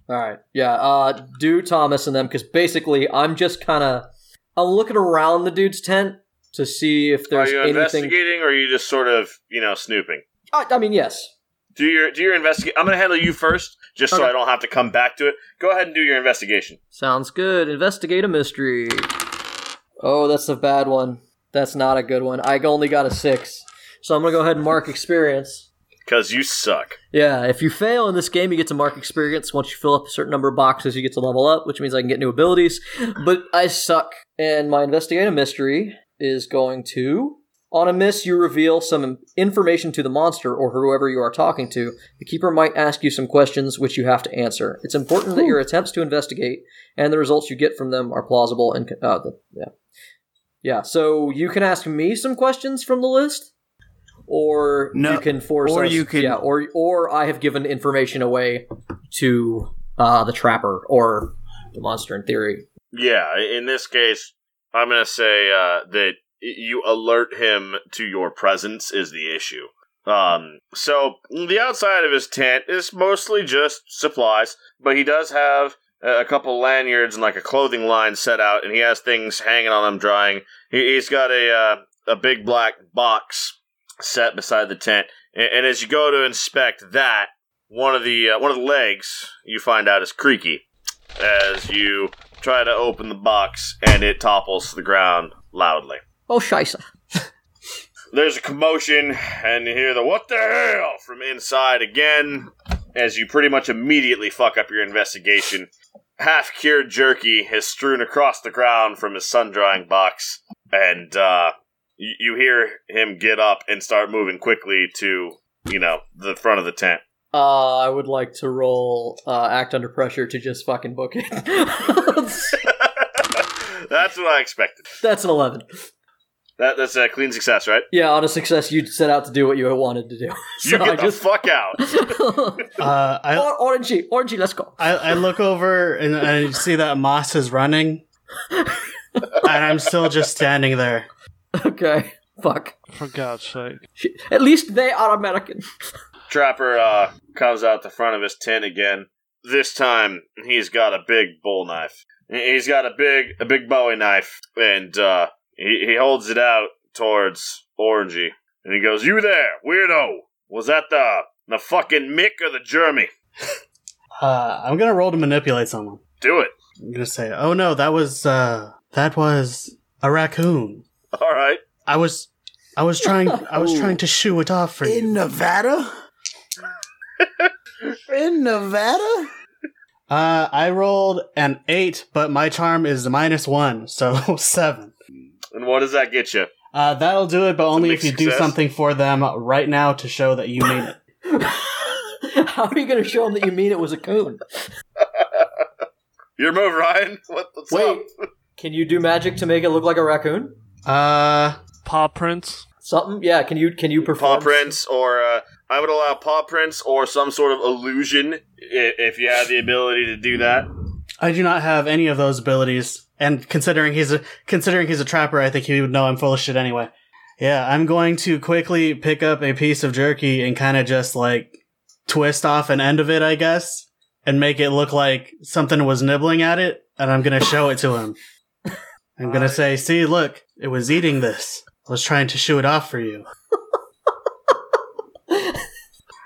Speaker 6: All right. Yeah. Uh, do Thomas and them because basically I'm just kind of I'm looking around the dude's tent to see if there's
Speaker 2: are you
Speaker 6: anything.
Speaker 2: investigating or are you just sort of, you know, snooping?
Speaker 6: I, I mean, yes.
Speaker 2: Do your do your investigate. I'm gonna handle you first, just so
Speaker 6: Okay.
Speaker 2: I don't have to come back to it. Go ahead and do your investigation.
Speaker 6: Sounds good. Investigate a mystery. Oh, that's a bad one. That's not a good one. I only got a six, so I'm gonna go ahead and mark experience.
Speaker 2: Cause you suck.
Speaker 6: Yeah, if you fail in this game, you get to mark experience. Once you fill up a certain number of boxes, you get to level up, which means I can get new abilities. But I suck. And my investigative mystery is going to. On a miss, you reveal some information to the monster or whoever you are talking to. The keeper might ask you some questions which you have to answer. It's important that your attempts to investigate and the results you get from them are plausible and. con- Uh, the, yeah. Yeah, so you can ask me some questions from the list. Or
Speaker 5: No,
Speaker 6: you can force
Speaker 5: or
Speaker 6: us-
Speaker 5: you can-
Speaker 6: yeah, or or I have given information away to uh, the trapper or the monster in theory.
Speaker 2: Yeah. In this case, I'm gonna say uh, that you alert him to your presence is the issue. Um. So the outside of his tent is mostly just supplies, but he does have a a couple lanyards and like a clothing line set out, and he has things hanging on him drying. He, he's got a uh, a big black box set beside the tent, and, and as you go to inspect that, one of the uh, one of the legs you find out is creaky as you try to open the box, and it topples to the ground loudly.
Speaker 6: Oh shisa.
Speaker 2: There's a commotion, and you hear the what the hell from inside again as you pretty much immediately fuck up your investigation. Half cured jerky is strewn across the ground from his sun drying box, and uh, you, you hear him get up and start moving quickly to, you know, the front of the tent.
Speaker 6: Uh, I would like to roll uh, act under pressure to just fucking book it.
Speaker 2: That's what I expected.
Speaker 6: That's an eleven.
Speaker 2: That, that's a clean success, right?
Speaker 6: Yeah, on a success, you set out to do what you wanted to do.
Speaker 2: You
Speaker 6: So
Speaker 2: get
Speaker 6: I
Speaker 2: the
Speaker 6: just
Speaker 2: fuck out.
Speaker 4: Uh, I,
Speaker 6: or- orangey, orangey. Let's go.
Speaker 4: I, I look over and I see that Moss is running, and I'm still just standing there.
Speaker 6: Okay. Fuck.
Speaker 3: For God's sake.
Speaker 6: Shit. At least they are American.
Speaker 2: Trapper uh, comes out the front of his tent again. This time, he's got a big bull knife. He- He's got a big, a big Bowie knife, and uh, he he holds it out towards Orangey, and he goes, "You there, weirdo? Was that the the fucking Mick or the Jeremy?
Speaker 4: Uh, I'm gonna roll to manipulate someone.
Speaker 2: Do it.
Speaker 4: I'm gonna say, "Oh no, that was uh, that was a raccoon.
Speaker 2: All right."
Speaker 4: I was, I was trying, I was trying to shoo it off for
Speaker 5: In
Speaker 4: you."
Speaker 5: Nevada. In Nevada.
Speaker 4: Uh, I rolled an eight, but my charm is minus one, so seven.
Speaker 2: And what does that get you?
Speaker 4: Uh, that'll do it, but only if
Speaker 2: mixed
Speaker 4: you do
Speaker 2: success.
Speaker 4: something for them right now to show that you made it.
Speaker 6: How are you going to show them that you mean it was a coon?
Speaker 2: Your move, Ryan. What, what's up?
Speaker 6: Wait, Can you do magic to make it look like a raccoon?
Speaker 4: Uh,
Speaker 3: Paw prints.
Speaker 6: Something? Yeah. Can you can you
Speaker 2: paw
Speaker 6: perform?
Speaker 2: prints, or uh, I would allow paw prints or some sort of illusion i- if you had the ability to do that.
Speaker 4: I do not have any of those abilities, and considering he's a considering he's a trapper, I think he would know I'm full of shit anyway. Yeah, I'm going to quickly pick up a piece of jerky and kind of just like twist off an end of it, I guess, and make it look like something was nibbling at it, and I'm gonna show it to him. I'm gonna say, "See, look, it was eating this. I was trying to shoo it off for you."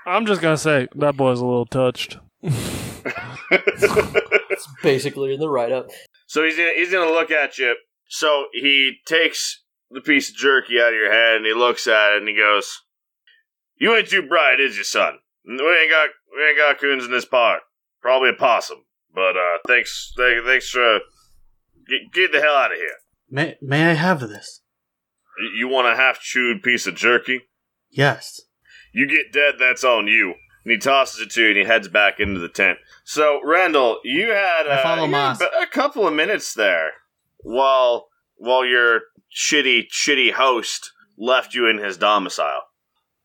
Speaker 3: I'm just gonna say that boy's a little touched.
Speaker 6: It's basically in the write up.
Speaker 2: So he's gonna, he's gonna look at you. So he takes the piece of jerky out of your head and he looks at it and he goes, "You ain't too bright, is you, son? We ain't got we ain't got coons in this park. Probably a possum. But uh, thanks th- thanks for get, get the hell out of here.
Speaker 4: May May I have this?
Speaker 2: You- You want a half chewed piece of jerky?
Speaker 4: Yes.
Speaker 2: You get dead, that's on you." And he tosses it to you and he heads back into the tent. So, Randall, you had,
Speaker 4: I
Speaker 2: uh,
Speaker 4: follow
Speaker 2: you had
Speaker 4: Moss.
Speaker 2: a couple of minutes there while while your shitty, shitty host left you in his domicile.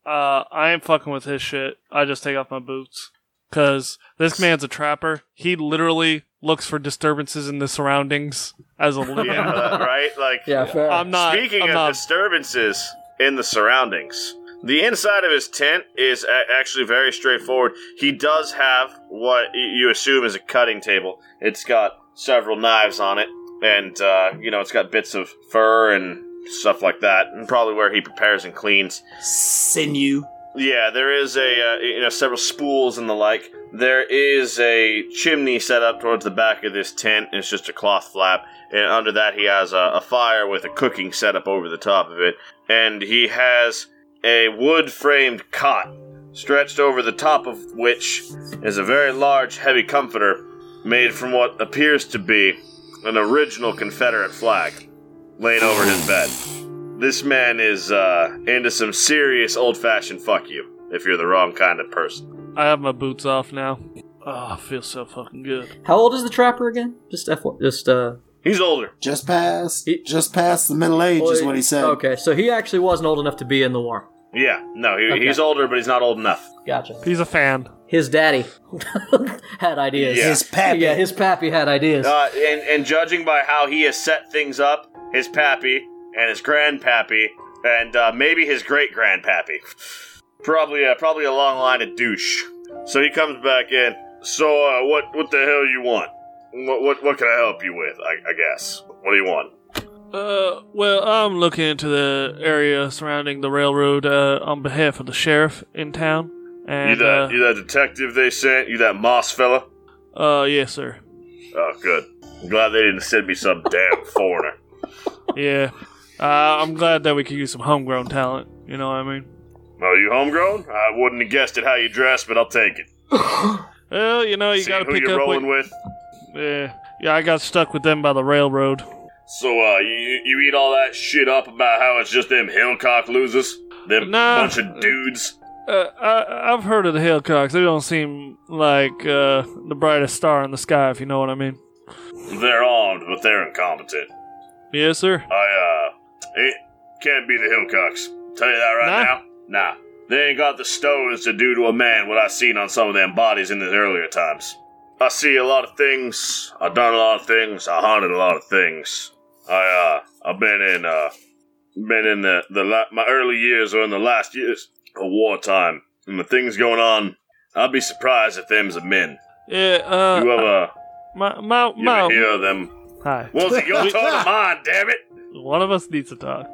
Speaker 3: Uh, I ain't fucking with his shit. I just take off my boots. Cause this man's a trapper. He literally looks for disturbances in the surroundings as a living.
Speaker 2: Yeah, that- Uh, right? Like,
Speaker 6: Yeah. Fair.
Speaker 3: I'm not.
Speaker 2: Uh, Speaking
Speaker 3: I'm
Speaker 2: of
Speaker 3: not-
Speaker 2: disturbances in the surroundings, the inside of his tent is a- actually very straightforward. He does have what y- you assume is a cutting table. It's got several knives on it, and uh, you know it's got bits of fur and stuff like that, and probably where he prepares and cleans.
Speaker 5: Sinew.
Speaker 2: Yeah, there is a uh, you know several spools and the like. There is a chimney set up towards the back of this tent. It's just a cloth flap, and under that he has a, a fire with a cooking set up over the top of it, and he has a wood-framed cot stretched over the top of which is a very large, heavy comforter made from what appears to be an original Confederate flag laying over his bed. This man is uh, into some serious old fashioned fuck you if you're the wrong kind of person.
Speaker 3: I have my boots off now. Oh, I feel so fucking good.
Speaker 6: How old is the trapper again? Just F one. Just uh.
Speaker 2: He's older.
Speaker 5: Just past,
Speaker 6: He-
Speaker 5: just past the middle age is what he said.
Speaker 6: Okay, so he actually wasn't old enough to be in the war.
Speaker 2: Yeah, no, he,
Speaker 6: Okay.
Speaker 2: he's older, but he's not old enough.
Speaker 6: Gotcha.
Speaker 3: He's a fan.
Speaker 6: His daddy had ideas.
Speaker 2: Yeah.
Speaker 5: His pappy.
Speaker 6: Yeah, his pappy had ideas.
Speaker 2: Uh, and, and judging by how he has set things up, his pappy and his grandpappy and uh, maybe his great grandpappy, probably uh, probably a long line of douche. So he comes back in. So uh, what what the hell you want? What what, what can I help you with? I, I guess. What do you want?
Speaker 3: Uh, well, I'm looking into the area surrounding the railroad uh, on behalf of the sheriff in town. And
Speaker 2: you that
Speaker 3: uh,
Speaker 2: you that detective they sent? You that Moss fella?
Speaker 3: uh, yes, sir.
Speaker 2: Oh, good. I'm glad they didn't send me some damn foreigner.
Speaker 3: Yeah, uh, I'm glad that we could use some homegrown talent. You know what I mean?
Speaker 2: Oh, you homegrown? I wouldn't have guessed it how you dress, but I'll take it.
Speaker 3: Well, you know, Oh, you
Speaker 2: See
Speaker 3: gotta
Speaker 2: who
Speaker 3: pick
Speaker 2: you're
Speaker 3: up.
Speaker 2: rolling
Speaker 3: What,
Speaker 2: with.
Speaker 3: yeah, yeah, I got stuck with them by the railroad.
Speaker 2: So, uh, you, you eat all that shit up about how it's just them Hillcock losers? Them
Speaker 3: Nah.
Speaker 2: bunch of dudes?
Speaker 3: Uh, I, I've heard of the Hillcocks. They don't seem like uh, the brightest star in the sky, if you know what I mean.
Speaker 2: They're armed, but they're incompetent.
Speaker 3: Yes, sir.
Speaker 2: I, uh, it can't be the Hillcocks. Tell you that right
Speaker 3: Nah.
Speaker 2: now? Nah. They ain't got the stones to do to a man what I seen on some of them bodies in the earlier times. I see a lot of things. I done a lot of things. I hunted a lot of things. I, uh, I've been in, uh, been in the, the, la- my early years or in the last years of wartime. And the things going on, I'd be surprised if them's a men.
Speaker 3: Yeah. Uh,
Speaker 2: You ever,
Speaker 3: my my
Speaker 2: you ever
Speaker 3: my.
Speaker 2: hear of them?
Speaker 3: Hi.
Speaker 2: Well, it's your turn of mine, damn it!
Speaker 3: One of us needs to talk.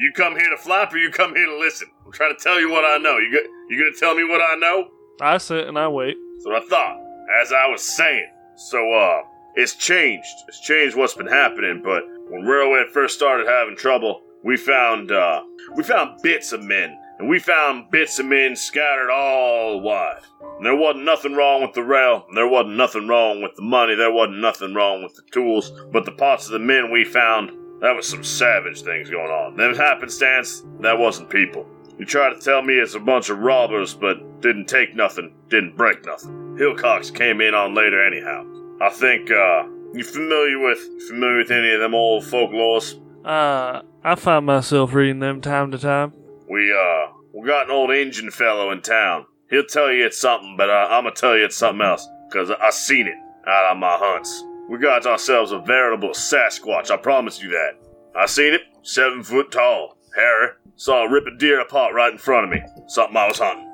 Speaker 2: You come here to flap, or you come here to listen. I'm trying to tell you what I know. You go, you gonna tell me what I know?
Speaker 3: I sit and I wait.
Speaker 2: That's what I thought. As I was saying, so uh, it's changed. It's changed what's been happening. But when railway first started having trouble, we found uh, we found bits of men, and we found bits of men scattered all wide. And there wasn't nothing wrong with the rail. and There wasn't nothing wrong with the money. There wasn't nothing wrong with the tools. But the parts of the men we found, that was some savage things going on. Them happenstance, that wasn't people. You try to tell me it's a bunch of robbers, but didn't take nothing, didn't break nothing. Hillcox came in on later anyhow. I think uh, You familiar with familiar with any of them old folklores?
Speaker 3: Uh, I find myself reading them time to time.
Speaker 2: We uh we got an old Indian fellow in town. He'll tell you it's something, but uh, I'm gonna tell you it's something else because I seen it out on my hunts. We got ourselves a veritable Sasquatch. I promise you that. I seen it, seven foot tall, hairy. Saw it rip a deer apart right in front of me. Something I was hunting.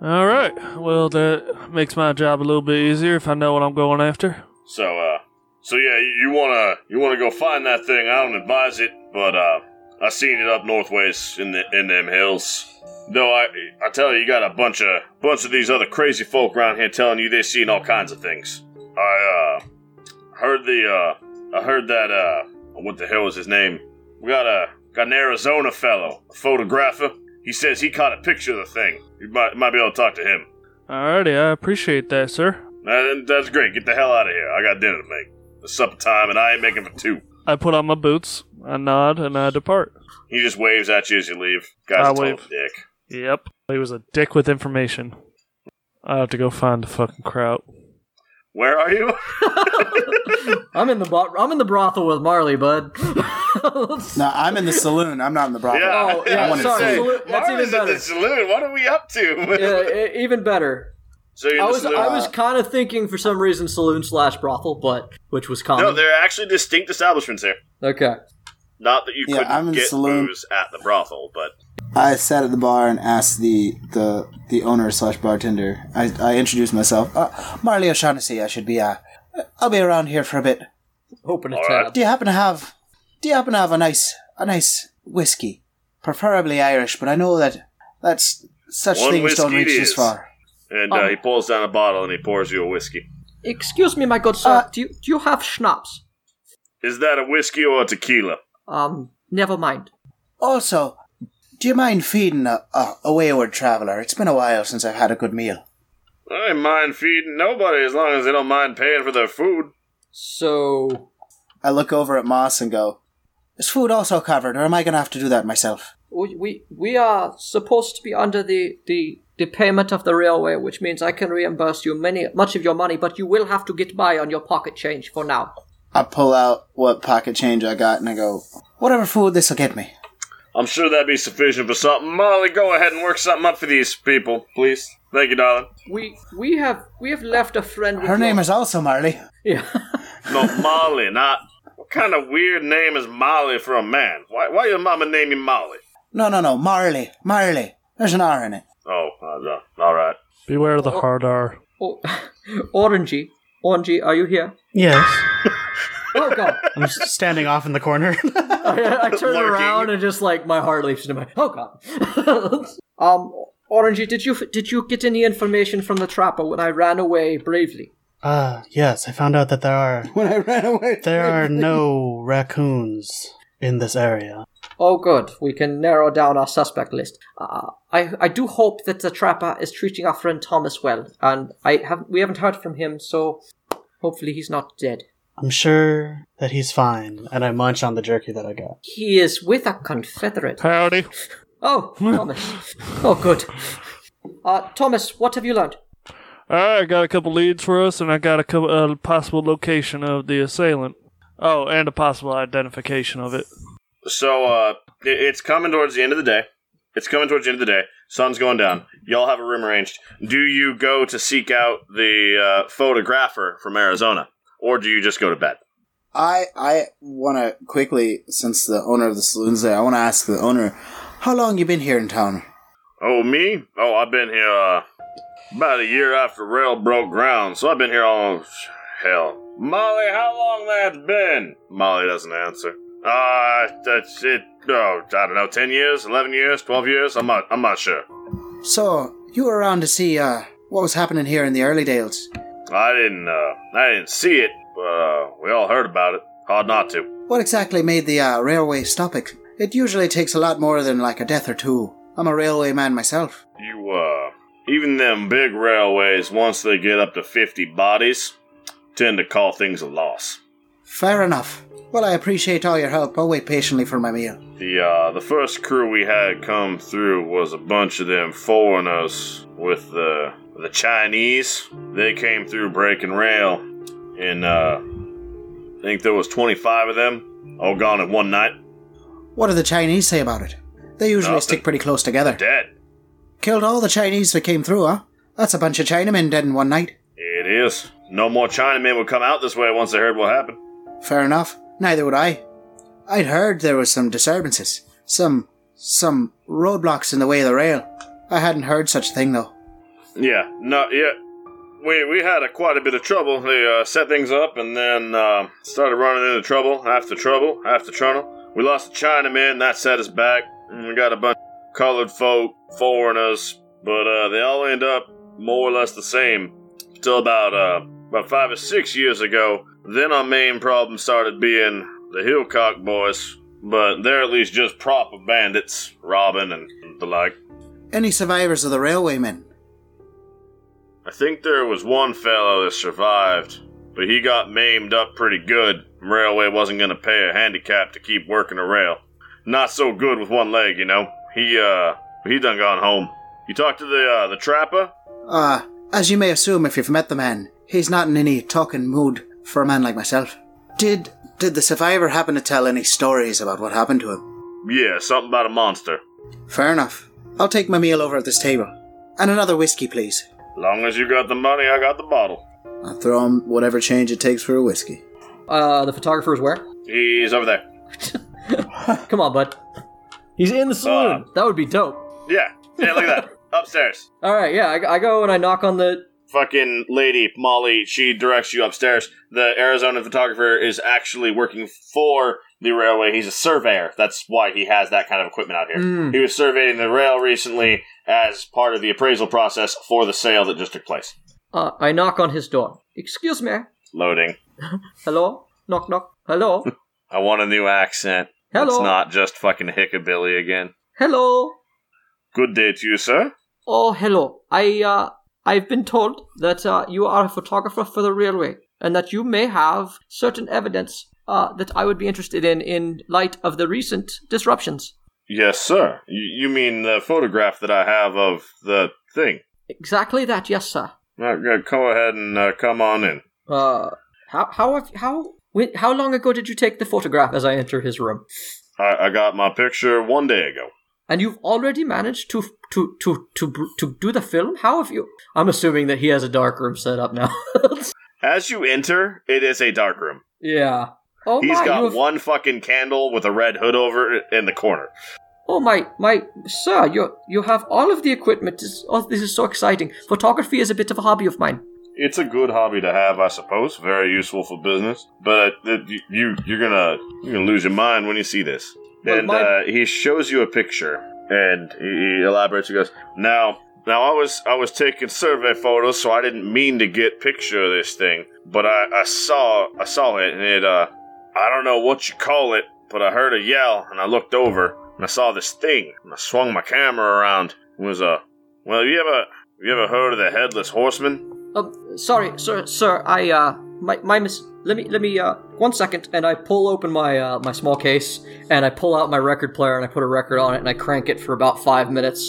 Speaker 3: All right. Well, that makes my job a little bit easier if I know what I'm going after.
Speaker 2: So uh so yeah, you, you wanna you wanna go find that thing. I don't advise it, but uh I seen it up northways in the in them hills. Though I I tell you, you got a bunch of bunch of these other crazy folk around here telling you they seen all kinds of things. I uh heard the uh I heard that uh what the hell was his name? We got a got an Arizona fellow, a photographer. He says he caught a picture of the thing. You might might be able to talk to him.
Speaker 3: Alrighty, I appreciate that, sir.
Speaker 2: Uh, that's great. Get the hell out of here. I got dinner to make. It's supper time, and I ain't making for two.
Speaker 3: I put on my boots, I nod, and I depart.
Speaker 2: He just waves at you as you leave. Guy's
Speaker 3: I
Speaker 2: a total
Speaker 3: wave.
Speaker 2: dick.
Speaker 3: Yep. He was a dick with information. I have to go find the fucking kraut.
Speaker 2: Where are you?
Speaker 6: I'm in the bo- I'm in the brothel with Marley, bud.
Speaker 5: No, I'm in the saloon. I'm not in the brothel.
Speaker 6: Oh, yeah,
Speaker 5: I wanted
Speaker 6: sorry.
Speaker 5: to say.
Speaker 6: Salute- That's even
Speaker 2: Marvin's in
Speaker 6: better.
Speaker 2: the saloon. What are we up to?
Speaker 6: yeah, e- even better.
Speaker 2: so you're in
Speaker 6: I
Speaker 2: the
Speaker 6: was
Speaker 2: saloon.
Speaker 6: I was kind of thinking for some reason saloon slash brothel, but which was common.
Speaker 2: no, they're actually distinct establishments there.
Speaker 6: okay.
Speaker 2: Not that you
Speaker 5: Yeah,
Speaker 2: couldn't
Speaker 5: I'm in the
Speaker 2: get
Speaker 5: saloon.
Speaker 2: booze at the brothel, but
Speaker 5: I sat at the bar and asked the the, the owner slash bartender. I, I introduced myself. Uh, Marley O'Shaughnessy. I should be. Uh, I'll be around here for a bit.
Speaker 6: Open a
Speaker 2: All
Speaker 6: tab.
Speaker 2: right.
Speaker 5: Do you happen to have? Do you happen to have a nice a nice whiskey, preferably Irish? But I know that that's such
Speaker 2: One
Speaker 5: things don't
Speaker 2: whiskey it
Speaker 5: reach this
Speaker 2: is.
Speaker 5: far.
Speaker 2: and uh,
Speaker 6: Um.
Speaker 2: he pulls down a bottle and he pours you a whiskey.
Speaker 6: Excuse me, my good sir.
Speaker 5: Uh,
Speaker 6: do you do you have schnapps?
Speaker 2: Is that a whiskey or a tequila?
Speaker 6: Um, never mind.
Speaker 5: Also, do you mind feeding a, a, a wayward traveler? It's been a while since I've had a good meal.
Speaker 2: I ain't mind feeding nobody as long as they don't mind paying for their food.
Speaker 6: So,
Speaker 5: I look over at Moss and go, Is food also covered, or am I going to have to do that myself?
Speaker 6: we we, we are supposed to be under the, the the payment of the railway, which means I can reimburse you many much of your money, but you will have to get by on your pocket change for now.
Speaker 5: I pull out what pocket change I got and I go, Whatever food this will get me.
Speaker 2: I'm sure that'd be sufficient for something. Molly, go ahead and work something up for these people, please. Thank you, darling.
Speaker 6: We we have we have left a friend. With
Speaker 5: Her name
Speaker 6: your-
Speaker 5: is also Marley.
Speaker 6: yeah.
Speaker 2: No, Molly, not. What kind of weird name is Molly for a man? Why, why your mama name you Molly?
Speaker 5: No, no, no, Marley. Marley. There's an R in it.
Speaker 2: Oh, uh, uh, all right.
Speaker 3: Beware of the hard R.
Speaker 6: Oh, Orangey, Orangey, are you here?
Speaker 4: Yes.
Speaker 6: Oh God!
Speaker 4: I'm s- standing off in the corner.
Speaker 6: I, I turn
Speaker 2: Lurking.
Speaker 6: around and just like my heart leaps into my. Oh God! um, Orangey, did you did you get any information from the trapper when I ran away bravely?
Speaker 4: Ah, yes, I found out that there are
Speaker 5: When I ran away.
Speaker 4: there are no raccoons in this area.
Speaker 6: Oh, good. We can narrow down our suspect list. Uh, I I do hope that the trapper is treating our friend Thomas well, and I have we haven't heard from him, so hopefully he's not dead.
Speaker 4: I'm sure that he's fine, and I munch on the jerky that I got.
Speaker 6: He is with a Confederate.
Speaker 3: Howdy.
Speaker 6: Oh, Thomas. oh, good. Uh, Thomas, what have you learned?
Speaker 3: All right, I got a couple leads for us, and I got a couple, uh, possible location of the assailant. Oh, and a possible identification of it.
Speaker 2: So uh, i- it's coming towards the end of the day. It's coming towards the end of the day. Sun's going down. Y'all have a room arranged. Do you go to seek out the uh, photographer from Arizona, or do you just go to bed?
Speaker 5: I, I want to quickly, since the owner of the saloon's there, I want to ask the owner, How long you been here in town?
Speaker 2: Oh me? Oh, I've been here uh, about a year after rail broke ground, so I've been here all hell. Molly, how long that's been? Molly doesn't answer. Uh, that's it. Oh, I don't know. Ten years, eleven years, twelve years. I'm not. I'm not sure.
Speaker 5: So, you were around to see uh, what was happening here in the early days.
Speaker 2: I didn't uh I didn't see it, but uh, we all heard about it. Hard not to.
Speaker 5: What exactly made the uh, railway stop it? It usually takes a lot more than like a death or two. I'm a railway man myself.
Speaker 2: You uh even them big railways once they get up to 50 bodies tend to call things a loss.
Speaker 5: Fair enough. Well, I appreciate all your help. I'll wait patiently for my meal.
Speaker 2: The uh the first crew we had come through was a bunch of them foreigners with the the Chinese. They came through breaking rail and uh I think there was 25 of them, all gone in one night.
Speaker 5: What do the Chinese say about it? They usually
Speaker 2: Nothing.
Speaker 5: stick pretty close together.
Speaker 2: Dead.
Speaker 5: Killed all the Chinese that came through, huh? That's a bunch of Chinamen dead in one night.
Speaker 2: It is. No more Chinamen would come out this way once they heard what happened.
Speaker 5: Fair enough. Neither would I. I'd heard there was some disturbances, some some roadblocks in the way of the rail. I hadn't heard such a thing though.
Speaker 2: Yeah, no, yeah. We, we had a, quite a bit of trouble. They uh, set things up and then uh, started running into trouble after trouble after trouble. We lost a Chinaman, that set us back. And we got a bunch of colored folk, foreigners, but uh, they all end up more or less the same till about uh, about five or six years ago. Then our main problem started being the Hillcock boys, but they're at least just proper bandits, robbing and the like.
Speaker 5: Any survivors of the railwaymen?
Speaker 2: I think there was one fellow that survived, but he got maimed up pretty good. Railway wasn't going to pay a handicap to keep working the rail. Not so good with one leg, you know. He uh he done gone home. You talked to the uh, the trapper?
Speaker 5: Ah, as you may assume if you've met the man, he's not in any talking mood for a man like myself. Did did the survivor happen to tell any stories about what happened to him?
Speaker 2: Yeah, something about a monster.
Speaker 5: Fair enough. I'll take my meal over at this table. And another whiskey, please.
Speaker 2: Long as you got the money, I got the bottle.
Speaker 5: I'll throw him whatever change it takes for a whiskey.
Speaker 6: Uh, the photographer is where?
Speaker 2: He's over there.
Speaker 6: Come on, bud.
Speaker 1: He's in the
Speaker 2: Uh,
Speaker 1: saloon.
Speaker 6: That would be dope.
Speaker 2: yeah. Yeah, look at that. Upstairs.
Speaker 6: All right, yeah, I, I go and I knock on the.
Speaker 2: fucking lady Molly, she directs you upstairs. The Arizona photographer is actually working for the railway. He's a surveyor. That's why he has that kind of equipment out here. He was surveying the rail recently as part of the appraisal process for the sale that just took place.
Speaker 6: Uh, I knock on his door. Excuse me.
Speaker 2: Loading.
Speaker 6: Hello. Knock knock. Hello.
Speaker 2: I want a new accent.
Speaker 6: Hello.
Speaker 2: It's not just fucking Hickabilly again.
Speaker 6: hello.
Speaker 2: Good day to you, sir.
Speaker 6: Oh, hello. I uh, I've been told that uh, you are a photographer for the railway, and that you may have certain evidence uh, that I would be interested in in light of the recent disruptions.
Speaker 2: Yes, sir. Y- you mean the photograph that I have of the thing?
Speaker 6: Exactly that. Yes, sir.
Speaker 2: Uh, Go ahead and uh, come on in.
Speaker 6: Uh, how how have, how when, how long ago did you take the photograph? As I enter his room,
Speaker 2: I, I got my picture one day ago.
Speaker 6: and you've already managed to to to to br- to do the film. How have you? I'm assuming that he has a dark room set up now.
Speaker 2: As you enter, it is a dark room.
Speaker 6: yeah. Oh
Speaker 2: He's
Speaker 6: my!
Speaker 2: got
Speaker 6: you have-
Speaker 2: one fucking candle with a red hood over it in the corner.
Speaker 6: Oh my, my sir, you you have all of the equipment. This, oh, this is so exciting. Photography is a bit of a hobby of mine.
Speaker 2: It's a good hobby to have, I suppose. Very useful for business. But it, you- you you're gonna you're gonna lose your mind when you see this.
Speaker 6: Well,
Speaker 2: and
Speaker 6: my-
Speaker 2: uh, he shows you a picture, and he, he elaborates. He goes, "Now, now, I was I was taking survey photos, so I didn't mean to get picture of this thing, but I, I saw I saw it, and it uh, I don't know what you call it, but I heard a yell, and I looked over, and I saw this thing, and I swung my camera around. It was a well, you ever you ever heard of the headless horseman?"
Speaker 6: Um, sorry, sir, sir, I uh, my my mis. Let me let me uh, one second, and I pull open my uh, my small case, and I pull out my record player, and I put a record on it, and I crank it for about five minutes,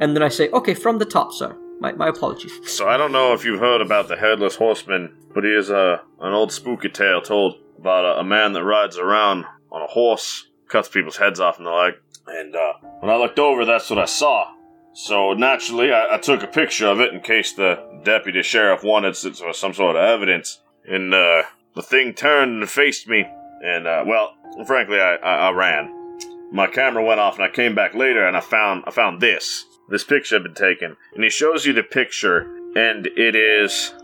Speaker 6: and then I say, okay, from the top, sir. My my apologies.
Speaker 2: So I don't know if you've heard about the headless horseman, but he is a an old spooky tale told about a, a man that rides around on a horse, cuts people's heads off and the like. And uh, when I looked over, that's what I saw. So naturally, I, I took a picture of it in case the deputy sheriff wanted s- s- some sort of evidence. And uh, the thing turned and faced me, and uh, well, frankly, I, I, I ran. My camera went off, and I came back later, and I found I found this. This picture had been taken, and he shows you the picture, and it is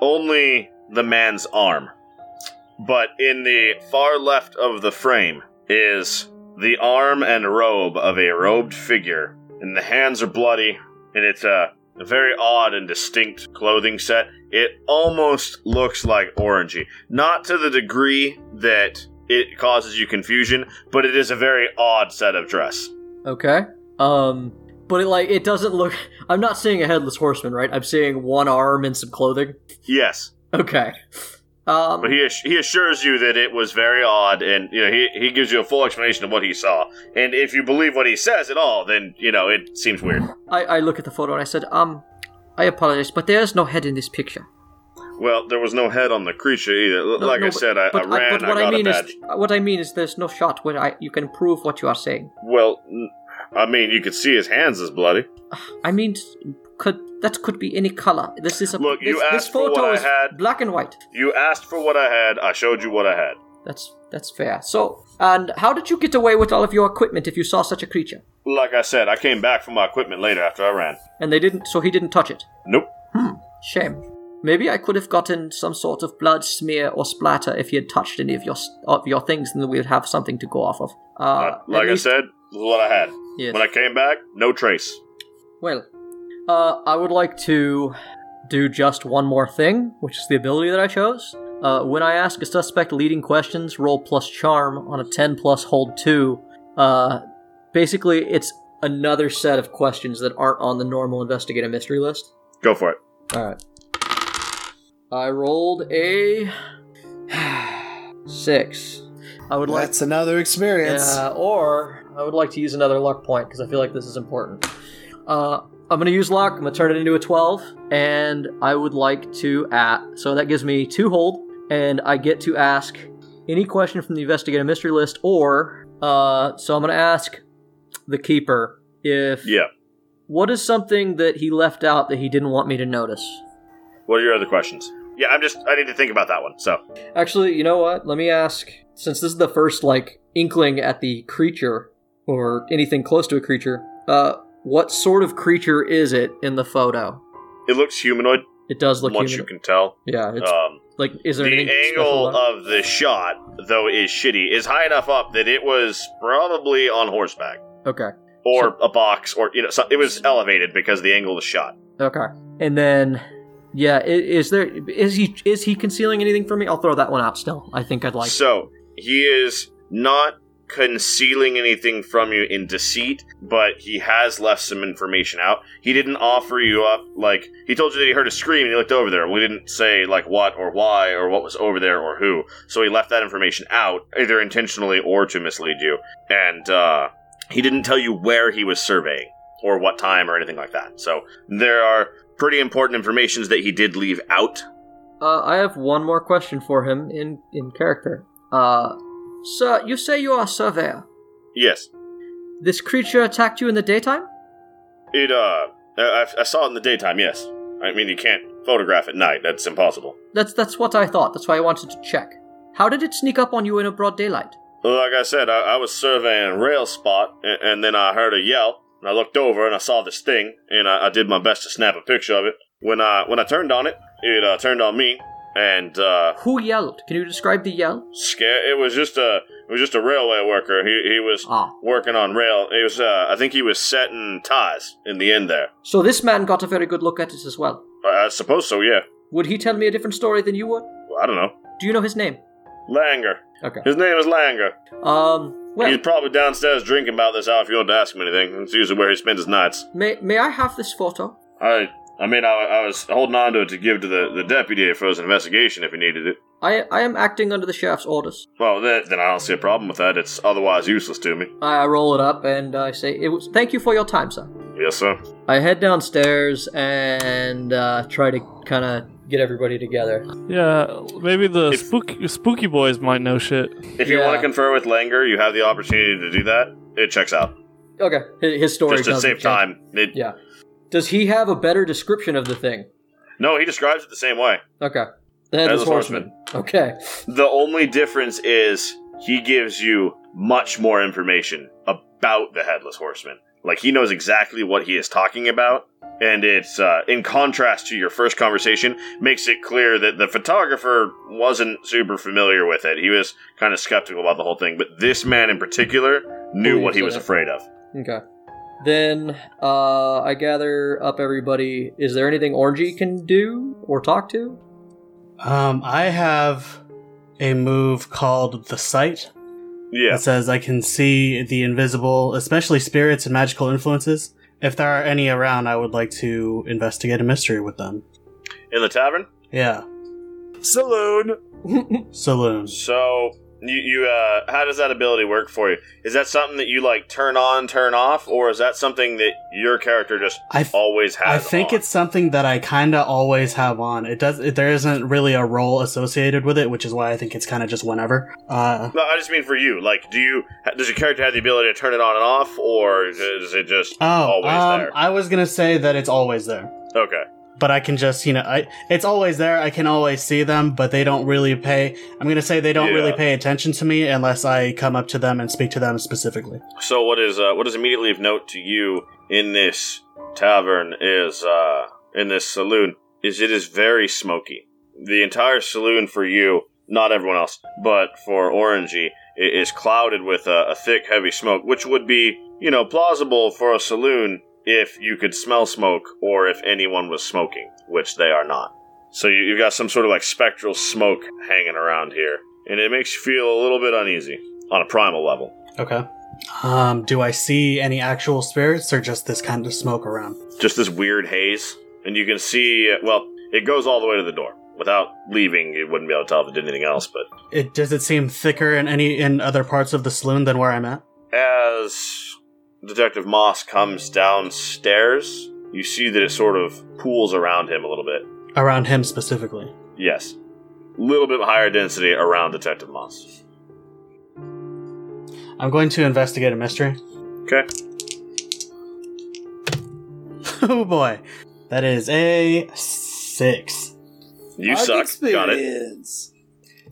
Speaker 2: only the man's arm, but in the far left of the frame is the arm and robe of a robed figure, and the hands are bloody, and it's a, a very odd and distinct clothing set. It almost looks like orangey, not to the degree that it causes you confusion, but it is a very odd set of dress.
Speaker 6: Okay. Um, but it like it doesn't look. I'm not seeing a headless horseman, right? I'm seeing one arm and some clothing.
Speaker 2: Yes,
Speaker 6: Okay. Um,
Speaker 2: but he ass- he assures you that it was very odd, and you know he he gives you a full explanation of what he saw. And if you believe what he says at all, then you know it seems weird.
Speaker 6: I, I look at the photo and I said, um, I apologize, but there is no head in this picture.
Speaker 2: Well, there was no head on the creature either. L-
Speaker 6: No,
Speaker 2: like
Speaker 6: no,
Speaker 2: I
Speaker 6: but-
Speaker 2: said, I, I
Speaker 6: But, I-
Speaker 2: ran.
Speaker 6: but
Speaker 2: I,
Speaker 6: what I,
Speaker 2: got
Speaker 6: mean
Speaker 2: a
Speaker 6: is,
Speaker 2: badge.
Speaker 6: what I mean is, there's no shot where I, you can prove what you are saying.
Speaker 2: Well, n- I mean, you could see his hands is bloody.
Speaker 6: I mean, could that could be any color? This is a
Speaker 2: Look,
Speaker 6: This,
Speaker 2: you
Speaker 6: this
Speaker 2: asked for
Speaker 6: photo
Speaker 2: what I
Speaker 6: is
Speaker 2: had.
Speaker 6: black and white.
Speaker 2: You asked for what I had. I showed you what I had.
Speaker 6: That's that's fair. So, and how did you get away with all of your equipment if you saw such a creature?
Speaker 2: Like I said, I came back for my equipment later after I ran.
Speaker 6: And they didn't, so he didn't touch it.
Speaker 2: Nope.
Speaker 6: Shame. Maybe I could have gotten some sort of blood smear or splatter if he had touched any of your s- of your things, and then we would have something to go off of. Uh,
Speaker 2: I- like
Speaker 6: at
Speaker 2: I
Speaker 6: least-
Speaker 2: said, this is what I had.
Speaker 6: yes.
Speaker 2: When I came back, no trace.
Speaker 6: Well, uh, I would like to do just one more thing, which is the ability that I chose. Uh, when I ask a suspect leading questions, roll plus charm on a 10 plus hold 2. Uh, basically, it's another set of questions that aren't on the normal investigate a mystery list.
Speaker 2: Go for it.
Speaker 6: Alright. I rolled a 6. I would like
Speaker 5: That's another experience.
Speaker 6: yeah, or I would like to use another luck point because I feel like this is important. Uh, I'm going to use luck. I'm going to turn it into a 12, and I would like to at so that gives me two hold, and I get to ask any question from the investigative mystery list, or uh, so I'm going to ask the keeper if
Speaker 2: Yeah.
Speaker 6: what is something that he left out that he didn't want me to notice.
Speaker 2: What are your other questions? Yeah, I'm just. I need to think about that one. So
Speaker 6: Actually, you know what? Let me ask. Since this is the first like inkling at the creature or anything close to a creature, uh, what sort of creature is it in the photo?
Speaker 2: it looks humanoid.
Speaker 6: It does look
Speaker 2: once
Speaker 6: human.
Speaker 2: you can tell.
Speaker 6: yeah, it's
Speaker 2: Um,
Speaker 6: like is there
Speaker 2: the
Speaker 6: anything special
Speaker 2: angle
Speaker 6: about
Speaker 2: of the shot, though, is shitty. Is high enough up that it was probably on horseback
Speaker 6: it? Okay,
Speaker 2: or a box, or you know, so, it was elevated because of the angle of the shot.
Speaker 6: okay, and then yeah, i- is there is he is he concealing anything from me? I'll throw that one out. Still, I think I'd like.
Speaker 2: so he is not concealing anything from you in deceit, but he has left some information out. He didn't offer you up like he told you that he heard a scream and he looked over there. We didn't say like what or why or what was over there or who. So he left that information out, either intentionally or to mislead you. And uh he didn't tell you where he was surveying or what time or anything like that. So there are pretty important informations that he did leave out.
Speaker 6: Uh, I have one more question for him in in character. Uh, sir, you say you are a surveyor.
Speaker 2: Yes.
Speaker 6: This creature attacked you in the daytime.
Speaker 2: It, uh, I, I saw it in the daytime, yes. I mean, you can't photograph at night, that's impossible.
Speaker 6: That's that's what I thought. That's why I wanted to check. How did it sneak up on you in a broad daylight?
Speaker 2: Like I said, I, I was surveying a rail spot, and, and then I heard a yell, and I looked over and I saw this thing, and I, I did my best to snap a picture of it. When I, when I turned on it, it, uh, turned on me, and, uh,
Speaker 6: Who yelled? Can you describe the yell?
Speaker 2: scared, it was just a, it was just a railway worker. He, he was
Speaker 6: Ah.
Speaker 2: working on rail. It was, uh, I think he was setting ties in the end there.
Speaker 6: So this man got a very good look at it as well.
Speaker 2: I, I suppose so, yeah.
Speaker 6: Would he tell me a different story than you would?
Speaker 2: I don't know.
Speaker 6: Do you know his name?
Speaker 2: Langer.
Speaker 6: Okay.
Speaker 2: His name is Langer.
Speaker 6: Um. Well,
Speaker 2: He's probably downstairs drinking about this hour if you want to ask him anything. It's usually where he spends his nights.
Speaker 6: may may I have this photo?
Speaker 2: I, I mean, I, I was holding on to it to give to the, the deputy for his investigation if he needed it.
Speaker 6: I I am acting under the sheriff's orders.
Speaker 2: Well, that, then I don't see a problem with that. It's otherwise useless to me.
Speaker 6: I roll it up and I say, "It was thank you for your time, sir."
Speaker 2: Yes, sir.
Speaker 6: I head downstairs and uh, try to kind of get everybody together.
Speaker 3: Yeah, maybe the
Speaker 2: If-
Speaker 3: spooky, spooky boys might know shit.
Speaker 2: If you
Speaker 6: Yeah.
Speaker 2: want to confer with Langer, you have the opportunity to do that. It checks out.
Speaker 6: Okay, his his story
Speaker 2: Just to
Speaker 6: doesn't
Speaker 2: save
Speaker 6: change.
Speaker 2: time. It,
Speaker 6: Yeah. Does he have a better description of the thing?
Speaker 2: No, he describes it the same way.
Speaker 6: Okay. The headless
Speaker 2: Headless
Speaker 6: horseman. Okay.
Speaker 2: The only difference is he gives you much more information about the headless horseman. Like he knows exactly what he is talking about, and it's uh, in contrast to your first conversation, makes it clear that the photographer wasn't super familiar with it. He was kind of skeptical about the whole thing, but this man in particular knew what he
Speaker 6: Believes
Speaker 2: was
Speaker 6: in it.
Speaker 2: afraid of.
Speaker 6: Okay. Then uh, I gather up everybody. Is there anything Orangey can do or talk to?
Speaker 4: Um, I have a move called the sight.
Speaker 2: Yeah,
Speaker 4: It says I can see the invisible, especially spirits and magical influences. If there are any around, I would like to investigate a mystery with them.
Speaker 2: in the tavern.
Speaker 4: Yeah,
Speaker 5: Saloon.
Speaker 4: saloon.
Speaker 2: So You, you uh, how does that ability work for you? Is that something that you like turn on, turn off, or is that something that your character just
Speaker 4: I th-
Speaker 2: always
Speaker 4: I
Speaker 2: has?
Speaker 4: think
Speaker 2: on?
Speaker 4: it's something that I kind of always have on. It does. It, there isn't really a role associated with it, which is why I think it's kind of just whenever. Uh,
Speaker 2: No, I just mean for you. Like, do you does your character have the ability to turn it on and off, or is it just
Speaker 4: oh,
Speaker 2: always
Speaker 4: um,
Speaker 2: there?
Speaker 4: I was gonna say that it's always there,
Speaker 2: Okay,
Speaker 4: but I can just you know, I it's always there. I can always see them, but they don't really pay. I'm gonna say they don't
Speaker 2: Yeah.
Speaker 4: really pay attention to me unless I come up to them and speak to them specifically.
Speaker 2: so what is uh, what is immediately of note to you in this tavern is uh, in this saloon is it is very smoky. The entire saloon for you, not everyone else, but for Orangey, i- is clouded with a, a thick, heavy smoke, which would be you know plausible for a saloon if you could smell smoke or if anyone was smoking, which they are not. So you, you've got some sort of like spectral smoke hanging around here, and it makes you feel a little bit uneasy on a primal level.
Speaker 4: Okay. Um, do I see any actual spirits or just this kind of smoke around?
Speaker 2: Just this weird haze, and you can see well, it goes all the way to the door. Without leaving, you wouldn't be able to tell if it did anything else. But
Speaker 4: It does it seem thicker in any in other parts of the saloon than where I'm at?
Speaker 2: as Detective Moss comes downstairs, you see that it sort of pools around him a little bit.
Speaker 4: Around him specifically.
Speaker 2: Yes, a little bit higher density around Detective Moss.
Speaker 4: I'm going to investigate a mystery.
Speaker 2: Okay.
Speaker 4: oh boy. That is a six.
Speaker 2: You suck. Got it.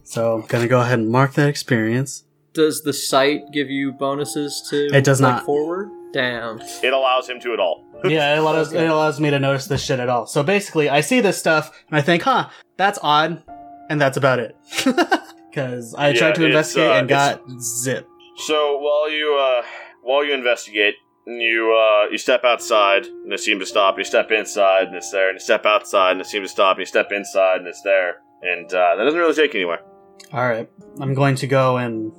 Speaker 4: So I'm gonna go ahead and mark that experience.
Speaker 6: Does the site give you bonuses to?
Speaker 4: It does
Speaker 6: like,
Speaker 4: not.
Speaker 6: forward. Damn.
Speaker 2: It allows him to at all.
Speaker 4: yeah, it allows it allows me to notice this shit at all. So basically I see this stuff and I think, huh, that's odd, and that's about it. Cause I
Speaker 2: Yeah,
Speaker 4: tried to
Speaker 2: it's,
Speaker 4: investigate
Speaker 2: uh,
Speaker 4: and
Speaker 2: it's-
Speaker 4: got zip.
Speaker 2: So while you uh, while you investigate, you uh, you step outside and it seems to stop. You step inside and it's there. And you step outside and it seems to stop. And you step inside and it's there. And uh, that doesn't really take you anywhere.
Speaker 4: Alright. I'm going to go and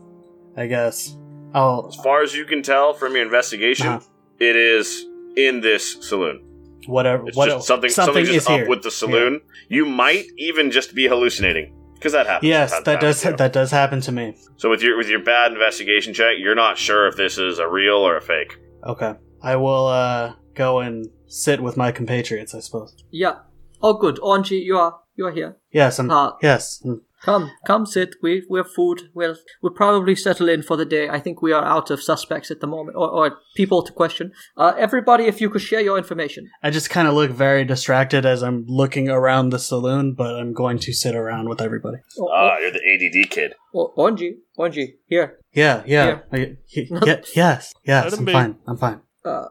Speaker 4: I guess I'll
Speaker 2: As far as you can tell from your investigation,
Speaker 4: Uh-huh.
Speaker 2: it is in this saloon.
Speaker 4: whatever
Speaker 2: It's
Speaker 4: what
Speaker 2: just something something, just up with the saloon. You might even just be hallucinating because that happens.
Speaker 4: Yes,
Speaker 2: from time
Speaker 4: that
Speaker 2: to
Speaker 4: does
Speaker 2: time, too.
Speaker 4: that does happen to me.
Speaker 2: So with your with your bad investigation check, you're not sure if this is a real or a fake.
Speaker 4: Okay. I will uh go and sit with my compatriots, I suppose.
Speaker 6: Yeah. Oh, good. Angie, you are you are here.
Speaker 4: Yes, I'm
Speaker 6: Ah.
Speaker 4: yes. mm.
Speaker 6: Come, come, sit. We we're food. We'll we'll probably settle in for the day. I think we are out of suspects at the moment, or, or people to question. Uh, everybody, if you could share your information.
Speaker 4: I just kinda look very distracted as I'm looking around the saloon, but I'm going to sit around with everybody.
Speaker 6: Oh,
Speaker 2: Ah, you're the ADD kid.
Speaker 6: oh, oh, Angie, Angie, here.
Speaker 4: Yeah, yeah. I- he- yeah yes, yes,
Speaker 3: Let him
Speaker 4: I'm
Speaker 3: be.
Speaker 4: fine. I'm fine.
Speaker 6: Uh,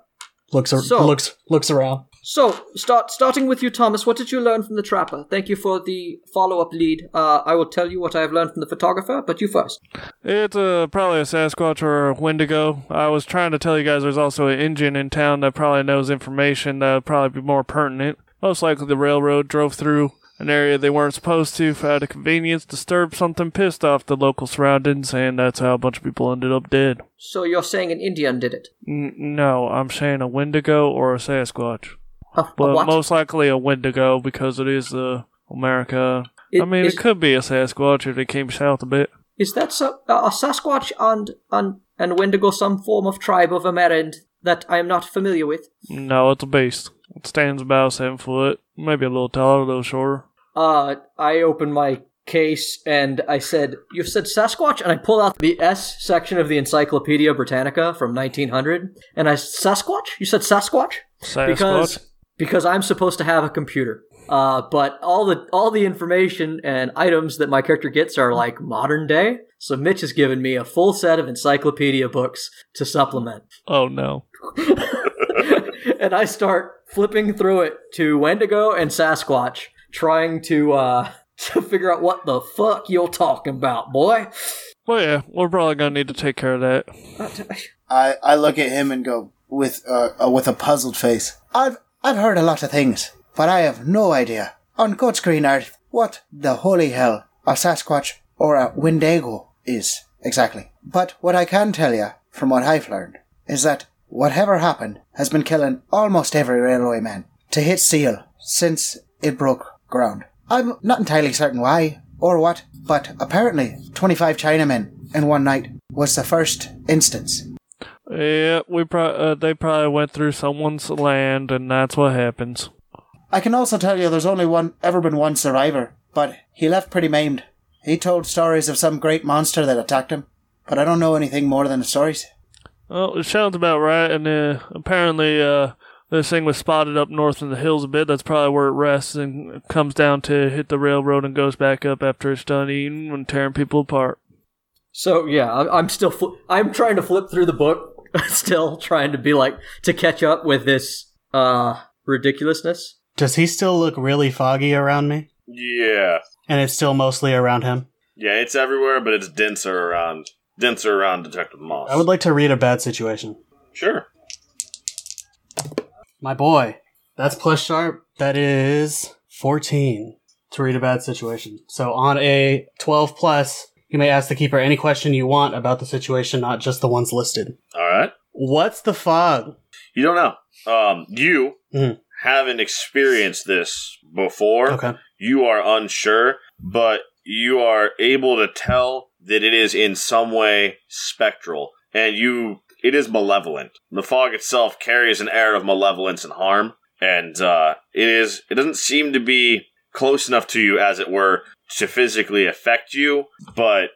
Speaker 4: Looks ar-
Speaker 6: so-
Speaker 4: looks looks around.
Speaker 6: So, start starting with you, Thomas. What did you learn from the trapper? Thank you for the follow up lead. Uh, I will tell you what I have learned from the photographer, but you first.
Speaker 3: It's uh, probably a Sasquatch or a Wendigo. I was trying to tell you guys there's also an Indian in town that probably knows information that would probably be more pertinent. Most likely the railroad drove through an area they weren't supposed to for out of convenience, disturbed something, pissed off the local surroundings, and that's how a bunch of people ended up dead.
Speaker 6: So you're saying an Indian did it?
Speaker 3: N- no, I'm saying a Wendigo or a Sasquatch.
Speaker 6: A, a
Speaker 3: But
Speaker 6: Uh, what?
Speaker 3: most likely a Wendigo because it is uh, America. I
Speaker 6: It-
Speaker 3: mean,
Speaker 6: is-
Speaker 3: it could be a Sasquatch if they came south a bit.
Speaker 6: Is that so, uh, a Sasquatch and and and Wendigo some form of tribe of Amerind that I am not familiar with?
Speaker 3: No, it's a beast. It stands about seven foot, maybe a little taller, a little shorter.
Speaker 6: Uh, I opened my case and I said, "You said Sasquatch," and I pulled out the S section of the Encyclopedia Britannica from 1900, and I Sasquatch. You said Sasquatch
Speaker 3: Sasquatch.
Speaker 6: because because I'm supposed to have a computer. Uh, but all the all the information and items that my character gets are like modern day. So Mitch has given me a full set of encyclopedia books to supplement
Speaker 3: oh no.
Speaker 6: and I start flipping through it to Wendigo and Sasquatch, trying to uh to figure out what the fuck you're talking about, boy.
Speaker 3: Well, yeah, we're probably gonna need to take care of that.
Speaker 5: I, I look at him and go with uh, uh, with a puzzled face. I've I've heard a lot of things, but I have no idea on God's green earth what the holy hell a Sasquatch or a Wendigo is exactly. But what I can tell you from what I've learned is that whatever happened has been killing almost every railway man to hit seal since it broke ground. I'm not entirely certain why, or what, but apparently 25 Chinamen in one night was the first instance.
Speaker 3: Yeah, we pro- uh, they probably went through someone's land, and that's what happens.
Speaker 5: I can also tell you there's only one ever been one survivor, but he left pretty maimed. He told stories of some great monster that attacked him, but I don't know anything more than the stories.
Speaker 3: Well, it sounds about right, and uh, apparently uh, this thing was spotted up north in the hills a bit. That's probably where it rests and comes down to hit the railroad and goes back up after it's done eating and tearing people apart.
Speaker 6: So yeah, I'm, I'm still fl- I'm trying to flip through the book, still trying to be like to catch up with this uh ridiculousness.
Speaker 4: Does he still look really foggy around me?
Speaker 2: Yeah.
Speaker 4: And it's still mostly around him.
Speaker 2: Yeah, it's everywhere, but it's denser around denser around Detective Moss.
Speaker 4: I would like to read a bad situation.
Speaker 2: sure.
Speaker 4: My boy. That's plus sharp. That is 14 to read a bad situation. So on a 12 plus, you may ask the keeper any question you want about the situation, not just the ones listed.
Speaker 2: All right.
Speaker 4: What's the fog?
Speaker 2: You don't know. Um, you
Speaker 4: Mhm.
Speaker 2: haven't experienced this before.
Speaker 4: Okay.
Speaker 2: You are unsure, but you are able to tell that it is in some way spectral, and you it is malevolent. The fog itself carries an air of malevolence and harm, and uh, it is it doesn't seem to be close enough to you, as it were, to physically affect you, but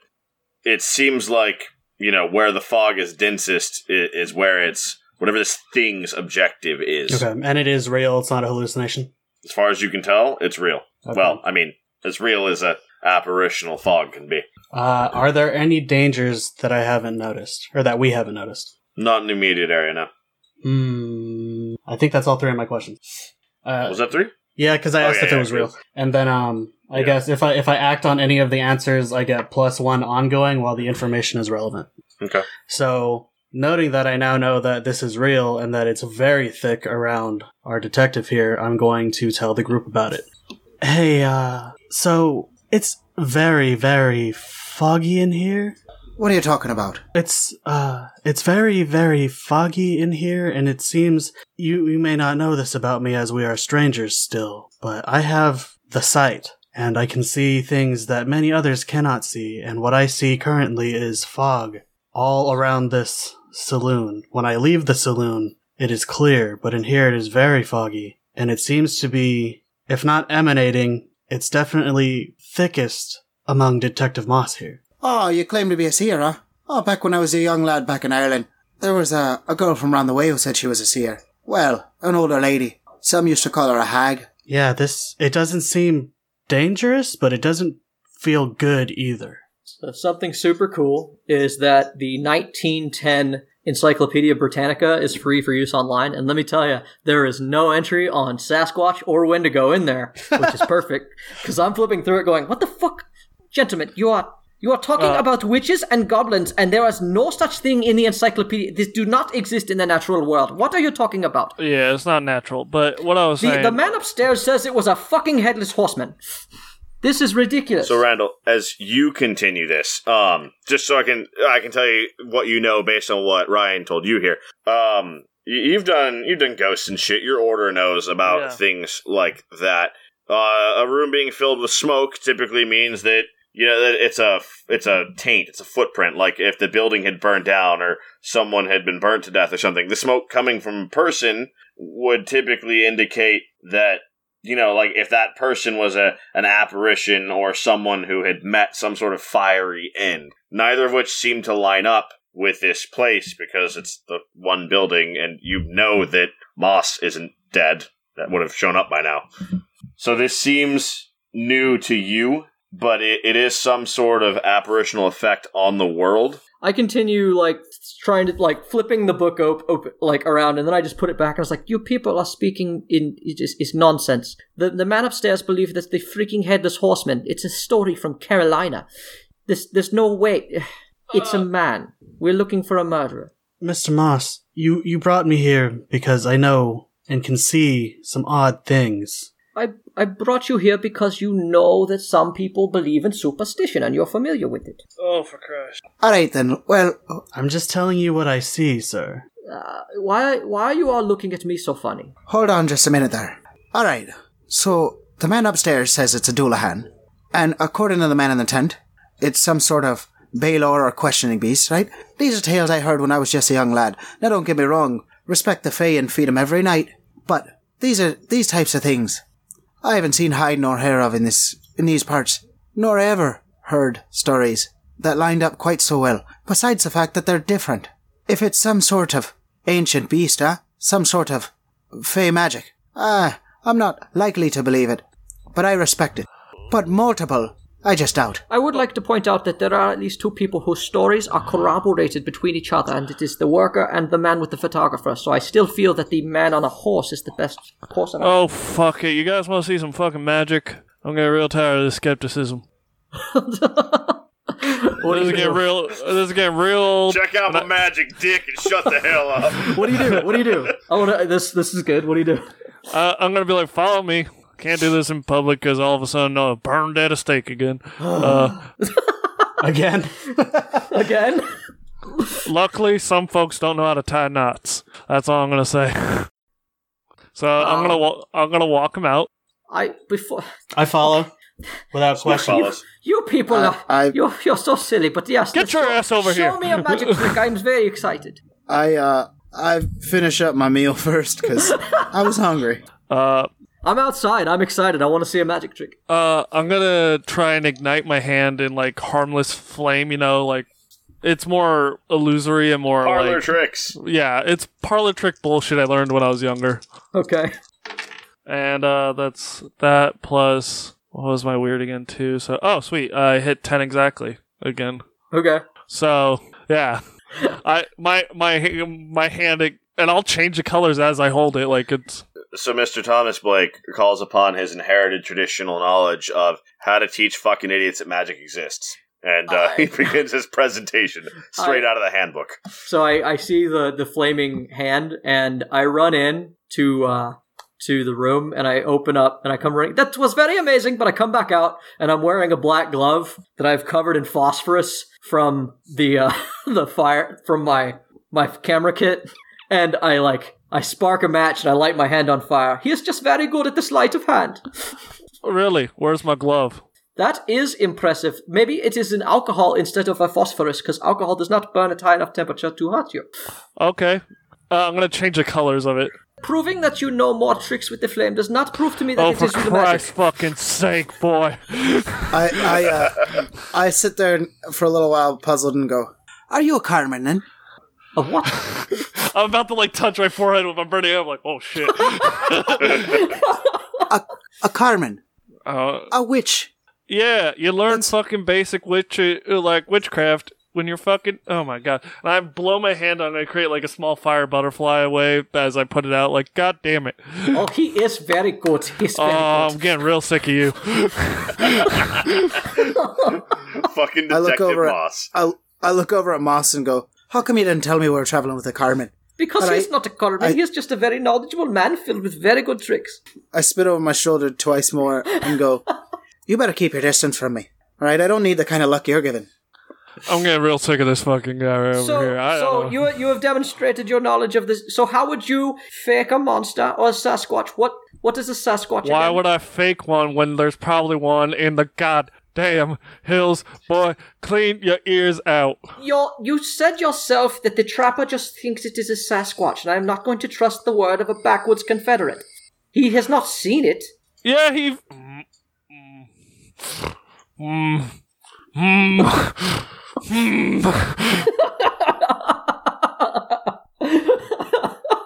Speaker 2: it seems like you know where the fog is densest is, is where it's whatever this thing's objective is.
Speaker 4: Okay. And it is real. It's not a hallucination.
Speaker 2: As far as you can tell, it's real.
Speaker 4: Okay.
Speaker 2: Well, I mean, as real as a apparitional fog can be.
Speaker 4: Uh, are there any dangers that I haven't noticed or that we haven't noticed?
Speaker 2: Not in the immediate area, no.
Speaker 4: Hmm. I think that's all three of my questions. Uh,
Speaker 2: Was that three?
Speaker 4: yeah, because I
Speaker 2: Oh,
Speaker 4: asked
Speaker 2: yeah,
Speaker 4: if
Speaker 2: yeah,
Speaker 4: it was
Speaker 2: it
Speaker 4: real,
Speaker 2: is.
Speaker 4: and then um, I
Speaker 2: Yeah.
Speaker 4: guess if I if I act on any of the answers, I get plus one ongoing while the information is relevant.
Speaker 2: Okay.
Speaker 4: So noting that I now know that this is real and that it's very thick around our detective here, I'm going to tell the group about it. Hey, uh, so it's very very foggy in here.
Speaker 5: What are you talking about?
Speaker 4: It's uh it's very very foggy in here and it seems you you may not know this about me as we are strangers still, but I have the sight and I can see things that many others cannot see and what I see currently is fog all around this saloon. When I leave the saloon, it is clear, but in here it is very foggy and it seems to be if not emanating, it's definitely thickest among Detective Moss here.
Speaker 5: Oh, you claim to be a seer, huh? Oh, back when I was a young lad back in Ireland, there was a, a girl from round the way who said she was a seer. Well, an older lady. Some used to call her a hag.
Speaker 4: Yeah, this it doesn't seem dangerous, but it doesn't feel good either.
Speaker 6: So something super cool is that the 1910 Encyclopedia Britannica is free for use online, and let me tell you, there is no entry on Sasquatch or Wendigo in there, which is perfect because I'm flipping through it, going, "What the fuck, gentlemen? You are you are talking about witches and goblins, and there is no such thing in the encyclopedia. This do not exist in the natural world. What are you talking about?"
Speaker 3: Yeah, it's not natural. But what I was
Speaker 6: The,
Speaker 3: saying,
Speaker 6: the man upstairs says it was a fucking headless horseman. This is ridiculous.
Speaker 2: So Randall, as you continue this, um, just so I can I can tell you what you know based on what Ryan told you here. Um, you, you've done you've done ghosts and shit. Your order knows about
Speaker 3: Yeah.
Speaker 2: things like that. Uh, a room being filled with smoke typically means that you know that it's a it's a taint, it's a footprint. Like if the building had burned down or someone had been burnt to death or something, the smoke coming from a person would typically indicate that you know, like if that person was a an apparition or someone who had met some sort of fiery end. Neither of which seem to line up with this place because it's the one building, and you know that Moss isn't dead. That would have shown up by now. So this seems new to you, but it, it is some sort of apparitional effect on the world.
Speaker 6: I continue like trying to like flipping the book op- op- like around, and then I just put it back. I was like, "You people are speaking in it is, is nonsense." The the man upstairs believed that the freaking headless horseman. It's a story from Carolina. There's there's no way. It's a man. We're looking for a murderer.
Speaker 4: Mr. Moss, you you brought me here because I know and can see some odd things.
Speaker 6: I I brought you here because you know that some people believe in superstition, and you're familiar with it.
Speaker 3: oh for Christ,
Speaker 5: All right then. Well,
Speaker 4: I'm just telling you what I see, sir.
Speaker 6: Uh, why why are you all looking at me so funny?
Speaker 5: hold on just a minute there. All right. So the man upstairs says it's a Doulahan, And according to the man in the tent, it's some sort of Baylor or questioning beast, right? These are tales I heard when I was just a young lad. Now don't get me wrong, respect the Fae and feed 'em every night, but these are these types of things I haven't seen hide nor hair of in this in these parts, nor ever heard stories that lined up quite so well, besides the fact that they're different. If it's some sort of ancient beast, huh? Some sort of fey magic. Ah, I'm not likely to believe it, but I respect it. But multiple, I just doubt.
Speaker 6: I would like to point out that there are at least two people whose stories are corroborated between each other, and it is the worker and the man with the photographer. So I still feel that the man on a horse is the best horse. Oh.
Speaker 3: Oh, fuck it. You guys want to see some fucking magic? I'm getting real tired of this skepticism.
Speaker 6: What
Speaker 3: This is getting real. This is getting real.
Speaker 2: Check out my magic dick and shut the hell up.
Speaker 1: What do you do? What do you do?
Speaker 6: I wanna, this this is good. What do you do?
Speaker 3: Uh, I'm gonna be like, follow me. Can't do this in public because all of a sudden I'll burn dead a steak again. Uh,
Speaker 4: Again.
Speaker 3: Oh.
Speaker 6: Again?
Speaker 3: luckily, some folks don't know how to tie knots. That's all I'm gonna say. So I'm
Speaker 6: Um,
Speaker 3: gonna wa- I'm gonna walk him out.
Speaker 6: I before
Speaker 4: I follow. Without question.
Speaker 2: Follows.
Speaker 6: you people
Speaker 5: I-
Speaker 6: are
Speaker 5: I-
Speaker 6: you're you're so silly, but yes.
Speaker 3: Get
Speaker 6: the-
Speaker 3: your
Speaker 6: show,
Speaker 3: ass over
Speaker 6: show
Speaker 3: here.
Speaker 6: me a magic trick. I'm very excited.
Speaker 5: I uh I finish up my meal first because I was hungry.
Speaker 3: Uh,
Speaker 6: I'm outside. I'm excited. I want to see a magic trick.
Speaker 3: uh, I'm gonna try and ignite my hand in like harmless flame. You know, like it's more illusory and more
Speaker 2: Parlor
Speaker 3: like
Speaker 2: tricks.
Speaker 3: yeah, it's parlor trick bullshit I learned when I was younger.
Speaker 6: Okay.
Speaker 3: And uh, that's that plus what was my weird again too? So oh sweet, I hit ten exactly again.
Speaker 6: Okay.
Speaker 3: So yeah, I my my my hand and I'll change the colors as I hold it. Like it's
Speaker 2: So Mr. Thomas Blake calls upon his inherited traditional knowledge of how to teach fucking idiots that magic exists. And uh, he begins his presentation straight
Speaker 6: I-
Speaker 2: out of the handbook.
Speaker 6: So I, I see the, the flaming hand and I run in to uh, to the room and I open up and I come running. That was very amazing, but I come back out and I'm wearing a black glove that I've covered in phosphorus from the uh, the fire from my my camera kit and I like I spark a match and I light my hand on fire. He is just very good at the sleight of hand.
Speaker 3: really where's my glove?
Speaker 6: That is impressive. Maybe it is an alcohol instead of a phosphorus because alcohol does not burn at high enough temperature to hurt you.
Speaker 3: Okay, uh, I'm gonna change the colors of it.
Speaker 6: Proving that you know more tricks with the flame does not prove to me that
Speaker 3: oh
Speaker 6: it
Speaker 3: for
Speaker 6: is you the
Speaker 3: Christ's
Speaker 6: magic.
Speaker 3: fucking sake, boy!
Speaker 5: I I uh, I sit there and- for a little while puzzled and go, "Are you a Carmenin?"
Speaker 6: Of what?
Speaker 3: I'm about to like touch my forehead with my burning. hand. I'm like, oh shit.
Speaker 5: A Carmen,
Speaker 3: uh,
Speaker 5: a witch.
Speaker 3: Yeah, you learn
Speaker 5: That's-
Speaker 3: fucking basic witch uh, like witchcraft when you're fucking. Oh my god! And I blow my hand on. it, I create like a small fire butterfly wave as I put it out. Like god damn it!
Speaker 6: oh, he is very good. He's
Speaker 3: Oh,
Speaker 6: very
Speaker 3: I'm
Speaker 6: good.
Speaker 3: getting real sick of you.
Speaker 2: fucking
Speaker 5: I look
Speaker 2: Detective
Speaker 5: over at-
Speaker 2: Moss.
Speaker 5: I I look over at Moss and go, "How come you didn't tell me we were traveling with a Carmen?"
Speaker 6: Because
Speaker 5: But
Speaker 6: he's
Speaker 5: I-
Speaker 6: not a Corbin, he's just a very knowledgeable man filled with very good tricks.
Speaker 5: I spit over my shoulder twice more and go, "You better keep your distance from me, all right? I don't need the kind of luck you're giving."
Speaker 3: I'm getting real sick of this fucking guy right over
Speaker 6: so,
Speaker 3: here. I uh,
Speaker 6: so
Speaker 3: don't know.
Speaker 6: you you have demonstrated your knowledge of this. So, how would you fake a monster or a Sasquatch? What what is a Sasquatch?
Speaker 3: Why
Speaker 6: again?
Speaker 3: would I fake one when there's probably one in the goddamn hills, boy? Clean your ears out.
Speaker 6: You're, you said yourself that the trapper just thinks it is a Sasquatch, and I'm not going to trust the word of a backwoods Confederate. He has not seen it.
Speaker 3: Yeah, he. Mm. Mm. Mm. Mm.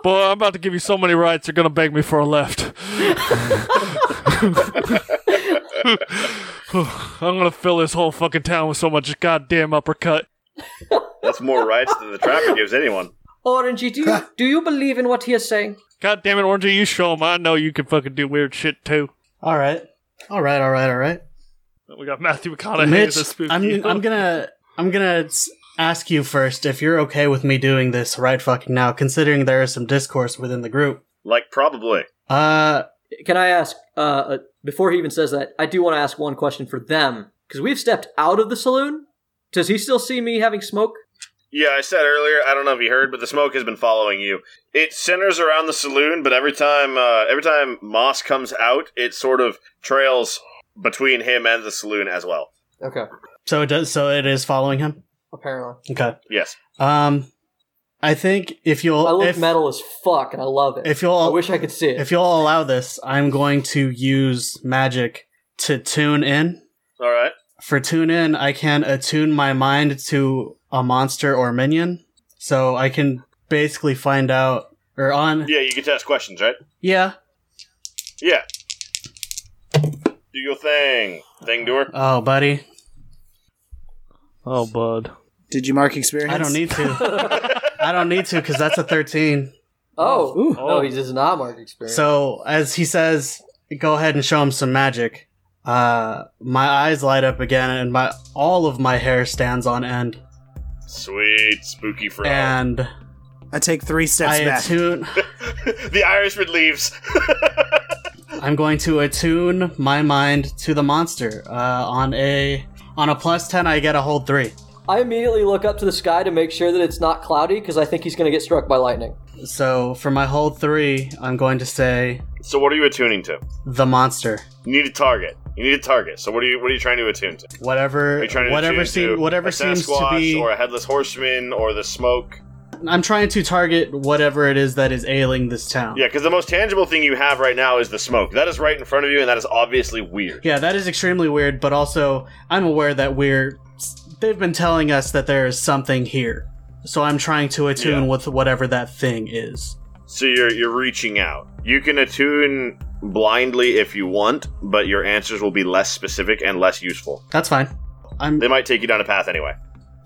Speaker 3: Boy, I'm about to give you so many rights, you're gonna beg me for a left. I'm gonna fill this whole fucking town with so much goddamn uppercut.
Speaker 2: That's more rights than the trapper gives anyone.
Speaker 6: Orangey, do you, do you believe in what he is saying?
Speaker 3: God damn it, Orangey, you show him. I know you can fucking do weird shit too.
Speaker 4: All right. All right. All right. All right.
Speaker 3: We got Matthew McConaughey
Speaker 4: Mitch,
Speaker 3: as a spooky.
Speaker 4: I'm, I'm gonna I'm gonna s- ask you first if you're okay with me doing this right fucking now, considering there is some discourse within the group.
Speaker 2: Like, probably.
Speaker 4: Uh,
Speaker 6: Can I ask, uh, uh, before he even says that, I do want to ask one question for them, because we've stepped out of the saloon. Does he still see me having smoke?
Speaker 2: Yeah, I said earlier, I don't know if you heard, but the smoke has been following you. It centers around the saloon, but every time uh, every time Moss comes out, it sort of trails between him and the saloon as well.
Speaker 6: Okay,
Speaker 4: So it does. So it is following him.
Speaker 6: apparently.
Speaker 4: Okay.
Speaker 2: Yes.
Speaker 4: Um, I think if you'll
Speaker 6: I look
Speaker 4: if,
Speaker 6: metal as fuck, and I love it.
Speaker 4: if you'll
Speaker 6: I wish I could see it.
Speaker 4: if you'll allow this, I'm going to use magic to tune in.
Speaker 2: All right.
Speaker 4: For tune in, I can attune my mind to a monster or minion, so I can basically find out or on.
Speaker 2: Yeah, you get to ask questions, right?
Speaker 4: Yeah.
Speaker 2: Yeah. Do your thing, thing doer.
Speaker 4: Oh, buddy,
Speaker 3: Oh, bud.
Speaker 5: Did you mark experience?
Speaker 4: I don't need to. I don't need to because that's a thirteen.
Speaker 6: oh,
Speaker 5: Ooh.
Speaker 6: no, he does not mark experience.
Speaker 4: So as he says, go ahead and show him some magic. Uh, my eyes light up again, and my all of my hair stands on end.
Speaker 2: Sweet, spooky frog.
Speaker 4: And
Speaker 5: I take three steps
Speaker 4: I
Speaker 5: back.
Speaker 4: attune.
Speaker 2: the Irishman leaves.
Speaker 4: I'm going to attune my mind to the monster. Uh, on a on a plus ten, I get a hold three.
Speaker 6: I immediately look up to the sky to make sure that it's not cloudy because I think he's going to get struck by lightning.
Speaker 4: So for my hold three, I'm going to say
Speaker 2: so, what are you attuning to?
Speaker 4: the monster.
Speaker 2: You need a target. You need a target. So, what are you? What are you trying to attune to? Are
Speaker 4: Whatever,
Speaker 2: you trying to
Speaker 4: whatever
Speaker 2: attune to
Speaker 4: seems, whatever
Speaker 2: a
Speaker 4: seems to
Speaker 2: Sasquatch
Speaker 4: be.
Speaker 2: or a headless horseman or the smoke?
Speaker 4: I'm trying to target whatever it is that is ailing this town.
Speaker 2: Yeah, because the most tangible thing you have right now is the smoke. That is right in front of you, and that is obviously weird.
Speaker 4: Yeah, that is extremely weird, but also I'm aware that we're they've been telling us that there is something here. So I'm trying to attune
Speaker 2: Yeah.
Speaker 4: with whatever that thing is.
Speaker 2: So you're you're reaching out. You can attune blindly if you want, but your answers will be less specific and less useful.
Speaker 4: That's fine. I'm
Speaker 2: They might take you down a path anyway.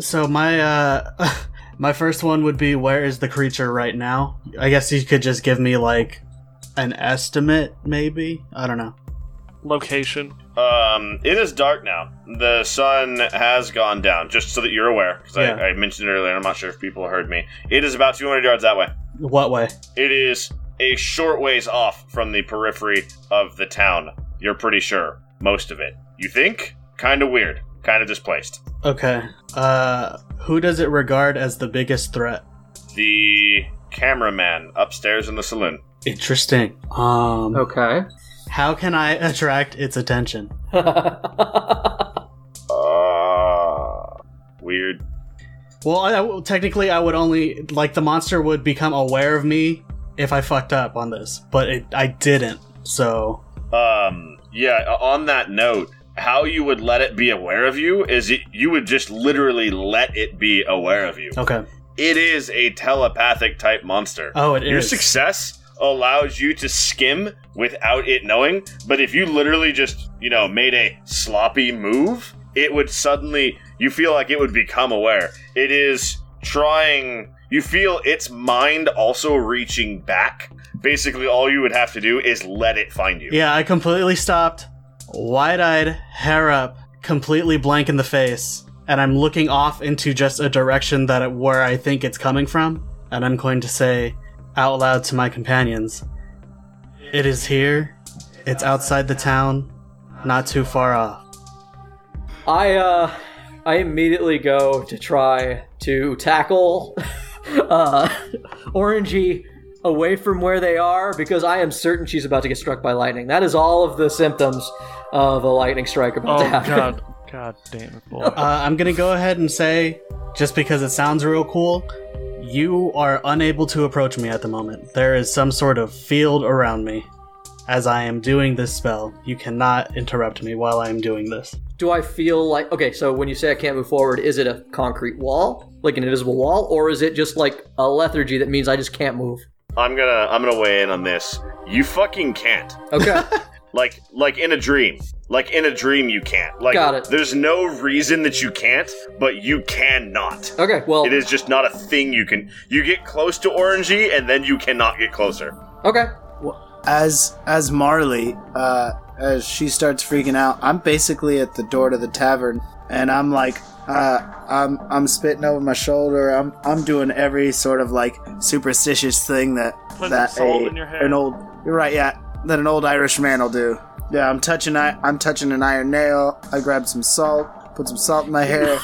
Speaker 4: so my uh my first one would be where is the creature right now? I guess you could just give me like an estimate maybe. I don't know.
Speaker 3: Location.
Speaker 2: Um, it is dark now. The sun has gone down, just so that you're aware, because
Speaker 4: Yeah.
Speaker 2: I, I mentioned it earlier. I'm not sure if people heard me. It is about 200 yards that way.
Speaker 4: What way?
Speaker 2: It is a short ways off from the periphery of the town. You're pretty sure. Most of it. You think? Kind of weird. Kind of displaced.
Speaker 4: Okay. Uh who does it regard as the biggest threat?
Speaker 2: The cameraman upstairs in the saloon.
Speaker 4: Interesting. Um
Speaker 6: Okay.
Speaker 4: how can I attract its attention?
Speaker 2: Uh, weird.
Speaker 4: Well, I, I- well, technically, I would only like the monster would become aware of me if I fucked up on this, but it, I didn't. So
Speaker 2: Um, yeah, o- on that note, how you would let it be aware of you is it, you would just literally let it be aware of you.
Speaker 4: okay.
Speaker 2: It is a telepathic type monster.
Speaker 4: Oh, it is.
Speaker 2: Your success allows you to skim without it knowing, but if you literally just, you know, made a sloppy move, it would suddenly, you feel like it would become aware. It is trying, you feel its mind also reaching back. Basically, all you would have to do is let it find you.
Speaker 4: Yeah, I completely stopped, wide-eyed, hair up, completely blank in the face, and I'm looking off into just a direction that it, where I think it's coming from, and I'm going to say out loud to my companions, "It is here. It's outside the town, not too far off."
Speaker 6: I uh, I immediately go to try to tackle uh, Orangey away from where they are because I am certain she's about to get struck by lightning. That is all of the symptoms of a lightning strike about
Speaker 3: Oh,
Speaker 6: to happen.
Speaker 3: God. God damn it, boy.
Speaker 4: Uh, I'm gonna go ahead and say, just because it sounds real cool, you are unable to approach me at the moment. There is some sort of field around me. As I am doing this spell, you cannot interrupt me while I am doing this.
Speaker 6: Do I feel like okay? So when you say I can't move forward, is it a concrete wall, like an invisible wall, or is it just like a lethargy that means I just can't move?
Speaker 2: I'm gonna I'm gonna weigh in on this. You fucking can't.
Speaker 6: Okay.
Speaker 2: Like like in a dream. Like in a dream you can't. Like
Speaker 6: Got it.
Speaker 2: there's no reason that you can't, but you cannot.
Speaker 6: okay. Well.
Speaker 2: It is just not a thing you can you get close to orangey and then you cannot get closer.
Speaker 6: Okay.
Speaker 5: as as Marley, uh, as she starts freaking out, I'm basically at the door to the tavern, and I'm like, uh, I'm I'm spitting over my shoulder. I'm I'm doing every sort of like superstitious thing that
Speaker 3: Put
Speaker 5: that
Speaker 3: some salt
Speaker 5: a-
Speaker 3: in your hair.
Speaker 5: an old you're right, yeah, that an old Irish man will do. Yeah, I'm touching I, I'm touching an iron nail. I grab some salt, put some salt in my hair,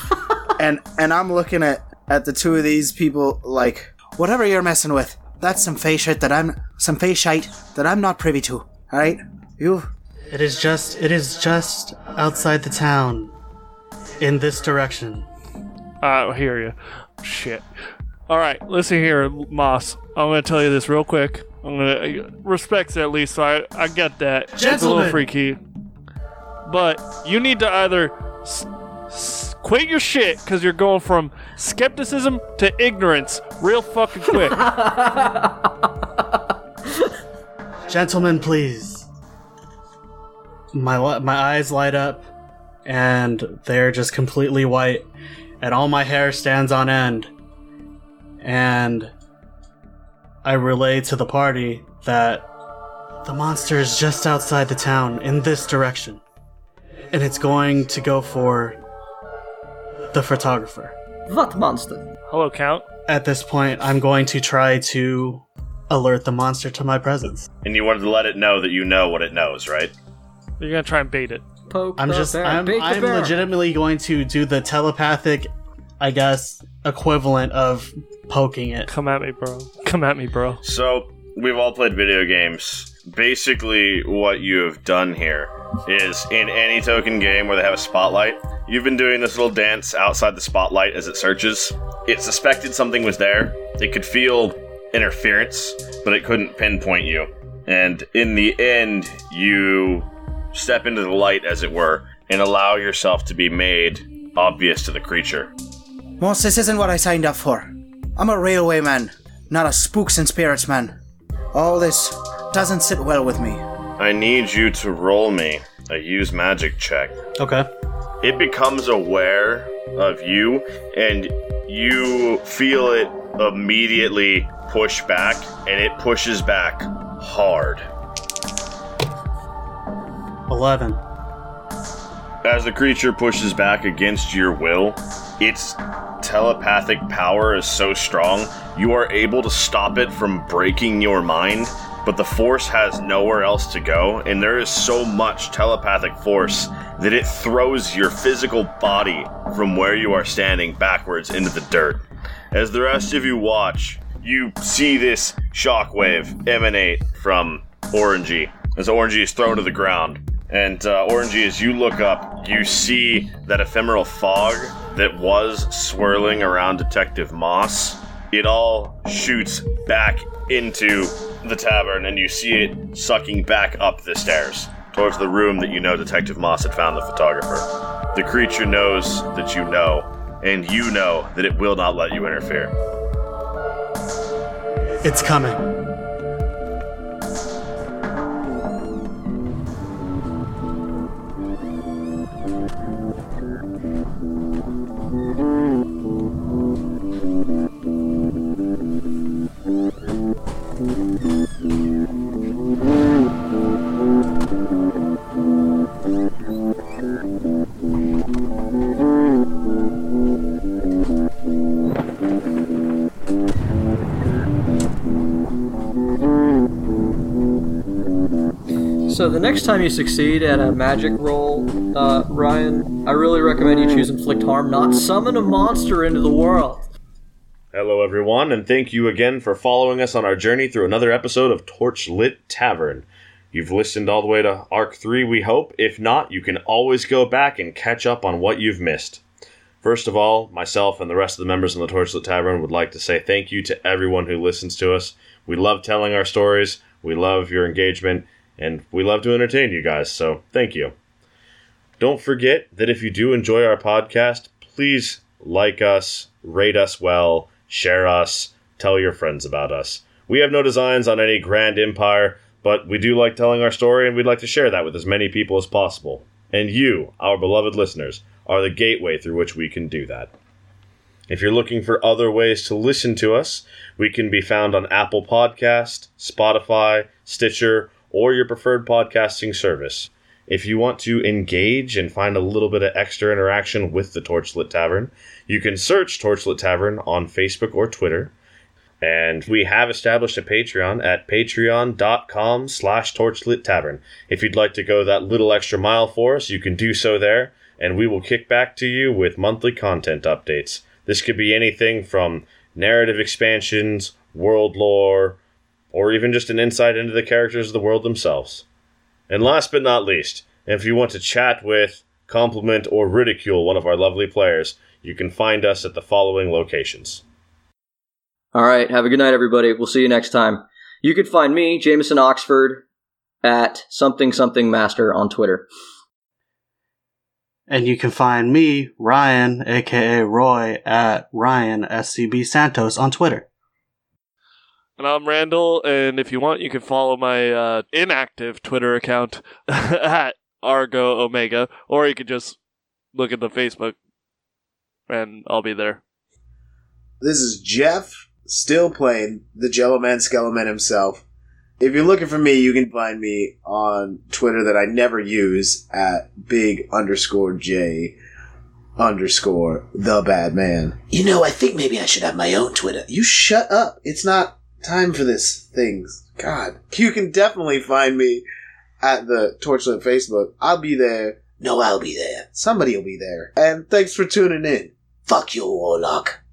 Speaker 5: and and I'm looking at at the two of these people like whatever you're messing with. That's some face shit that I'm some face shite that I'm not privy to. All right, you
Speaker 4: It is just it is just outside the town. In this direction.
Speaker 3: I hear you. Shit. All right, listen here, Moss. I'm gonna tell you this real quick. I'm gonna uh, respects at least. So I I get that. It's a little
Speaker 4: Gentlemen.
Speaker 3: freaky, but you need to either s- s- quit your shit because you're going from skepticism to ignorance real fucking quick.
Speaker 4: Gentlemen, please. My li- my eyes light up and they're just completely white and all my hair stands on end. And I relay to the party that the monster is just outside the town in this direction. And it's going to go for the photographer.
Speaker 6: What monster?
Speaker 3: Hello, Count.
Speaker 4: At this point, I'm going to try to alert the monster to my presence.
Speaker 2: And you wanted to let it know that you know what it knows, right?
Speaker 3: You're gonna try and bait it.
Speaker 6: Poke
Speaker 4: I'm
Speaker 6: the
Speaker 4: just
Speaker 6: bear.
Speaker 4: I'm,
Speaker 6: Bait the
Speaker 4: I'm
Speaker 6: bear.
Speaker 4: legitimately going to do the telepathic, I guess, equivalent of poking it.
Speaker 3: Come at me, bro. Come at me, bro.
Speaker 2: So, we've all played video games. Basically, what you have done here is in any token game where they have a spotlight, you've been doing this little dance outside the spotlight as it searches. It suspected something was there, it could feel interference, but it couldn't pinpoint you. And in the end, you step into the light, as it were, and allow yourself to be made obvious to the creature.
Speaker 5: Moss, this isn't what I signed up for. I'm a railway man, not a spooks and spirits man. All this doesn't sit well with me.
Speaker 2: I need you to roll me a use magic check.
Speaker 4: Okay.
Speaker 2: it becomes aware of you and you feel it immediately push back and it pushes back hard
Speaker 4: Eleven.
Speaker 2: as the creature pushes back against your will its telepathic power is so strong you are able to stop it from breaking your mind but the force has nowhere else to go and there is so much telepathic force that it throws your physical body from where you are standing backwards into the dirt As the rest of you watch, you see this shockwave emanate from Orangey as Orangey is thrown to the ground. And uh, Orangey, as you look up, you see that ephemeral fog that was swirling around Detective Moss. It all shoots back into the tavern, and you see it sucking back up the stairs towards the room that you know Detective Moss had found the photographer. The creature knows that you know, and you know that it will not let you interfere.
Speaker 4: It's coming.
Speaker 6: So the next time you succeed at a magic roll, uh, Ryan, I really recommend you choose inflict harm, not summon a monster into the world.
Speaker 2: Hello, everyone, and thank you again for following us on our journey through another episode of Torchlit Tavern. You've listened all the way to Arc 3, we hope. If not, you can always go back and catch up on what you've missed. First of all, myself and the rest of the members in the Torchlit Tavern would like to say thank you to everyone who listens to us. We love telling our stories, we love your engagement, and we love to entertain you guys, so thank you. Don't forget that if you do enjoy our podcast, please like us, rate us well, share us, tell your friends about us. We have no designs on any grand empire, but we do like telling our story and we'd like to share that with as many people as possible. And you, our beloved listeners, are the gateway through which we can do that. If you're looking for other ways to listen to us, we can be found on Apple Podcast, Spotify, Stitcher, or your preferred podcasting service. If you want to engage and find a little bit of extra interaction with the Torchlit Tavern, you can search Torchlit Tavern on Facebook or Twitter. And we have established a Patreon at patreon.com slash torchlit tavern. If you'd like to go that little extra mile for us, you can do so there, and we will kick back to you with monthly content updates. This could be anything from narrative expansions, world lore, or even just an insight into the characters of the world themselves. And last but not least, if you want to chat with, compliment, or ridicule one of our lovely players, you can find us at the following locations.
Speaker 6: All right. Have a good night, everybody. We'll see you next time. You can find me, Jameson Oxford, at something something master on Twitter.
Speaker 4: And you can find me, Ryan, aka Roy, at Ryan SCB Santos on Twitter.
Speaker 3: And I'm Randall, and if you want, you can follow my uh, inactive Twitter account at Argo Omega, or you can just look at the Facebook, and I'll be there.
Speaker 8: This is Jeff, still playing the Jello Man Skeleman himself. If you're looking for me, you can find me on Twitter that I never use at big underscore J underscore the bad man. You know, I think maybe I should have my own Twitter. You shut up. It's not time for this things. God. You can definitely find me at the Torchlit Facebook. I'll be there. No, I'll be there. Somebody will be there. And thanks for tuning in. Fuck you, Warlock.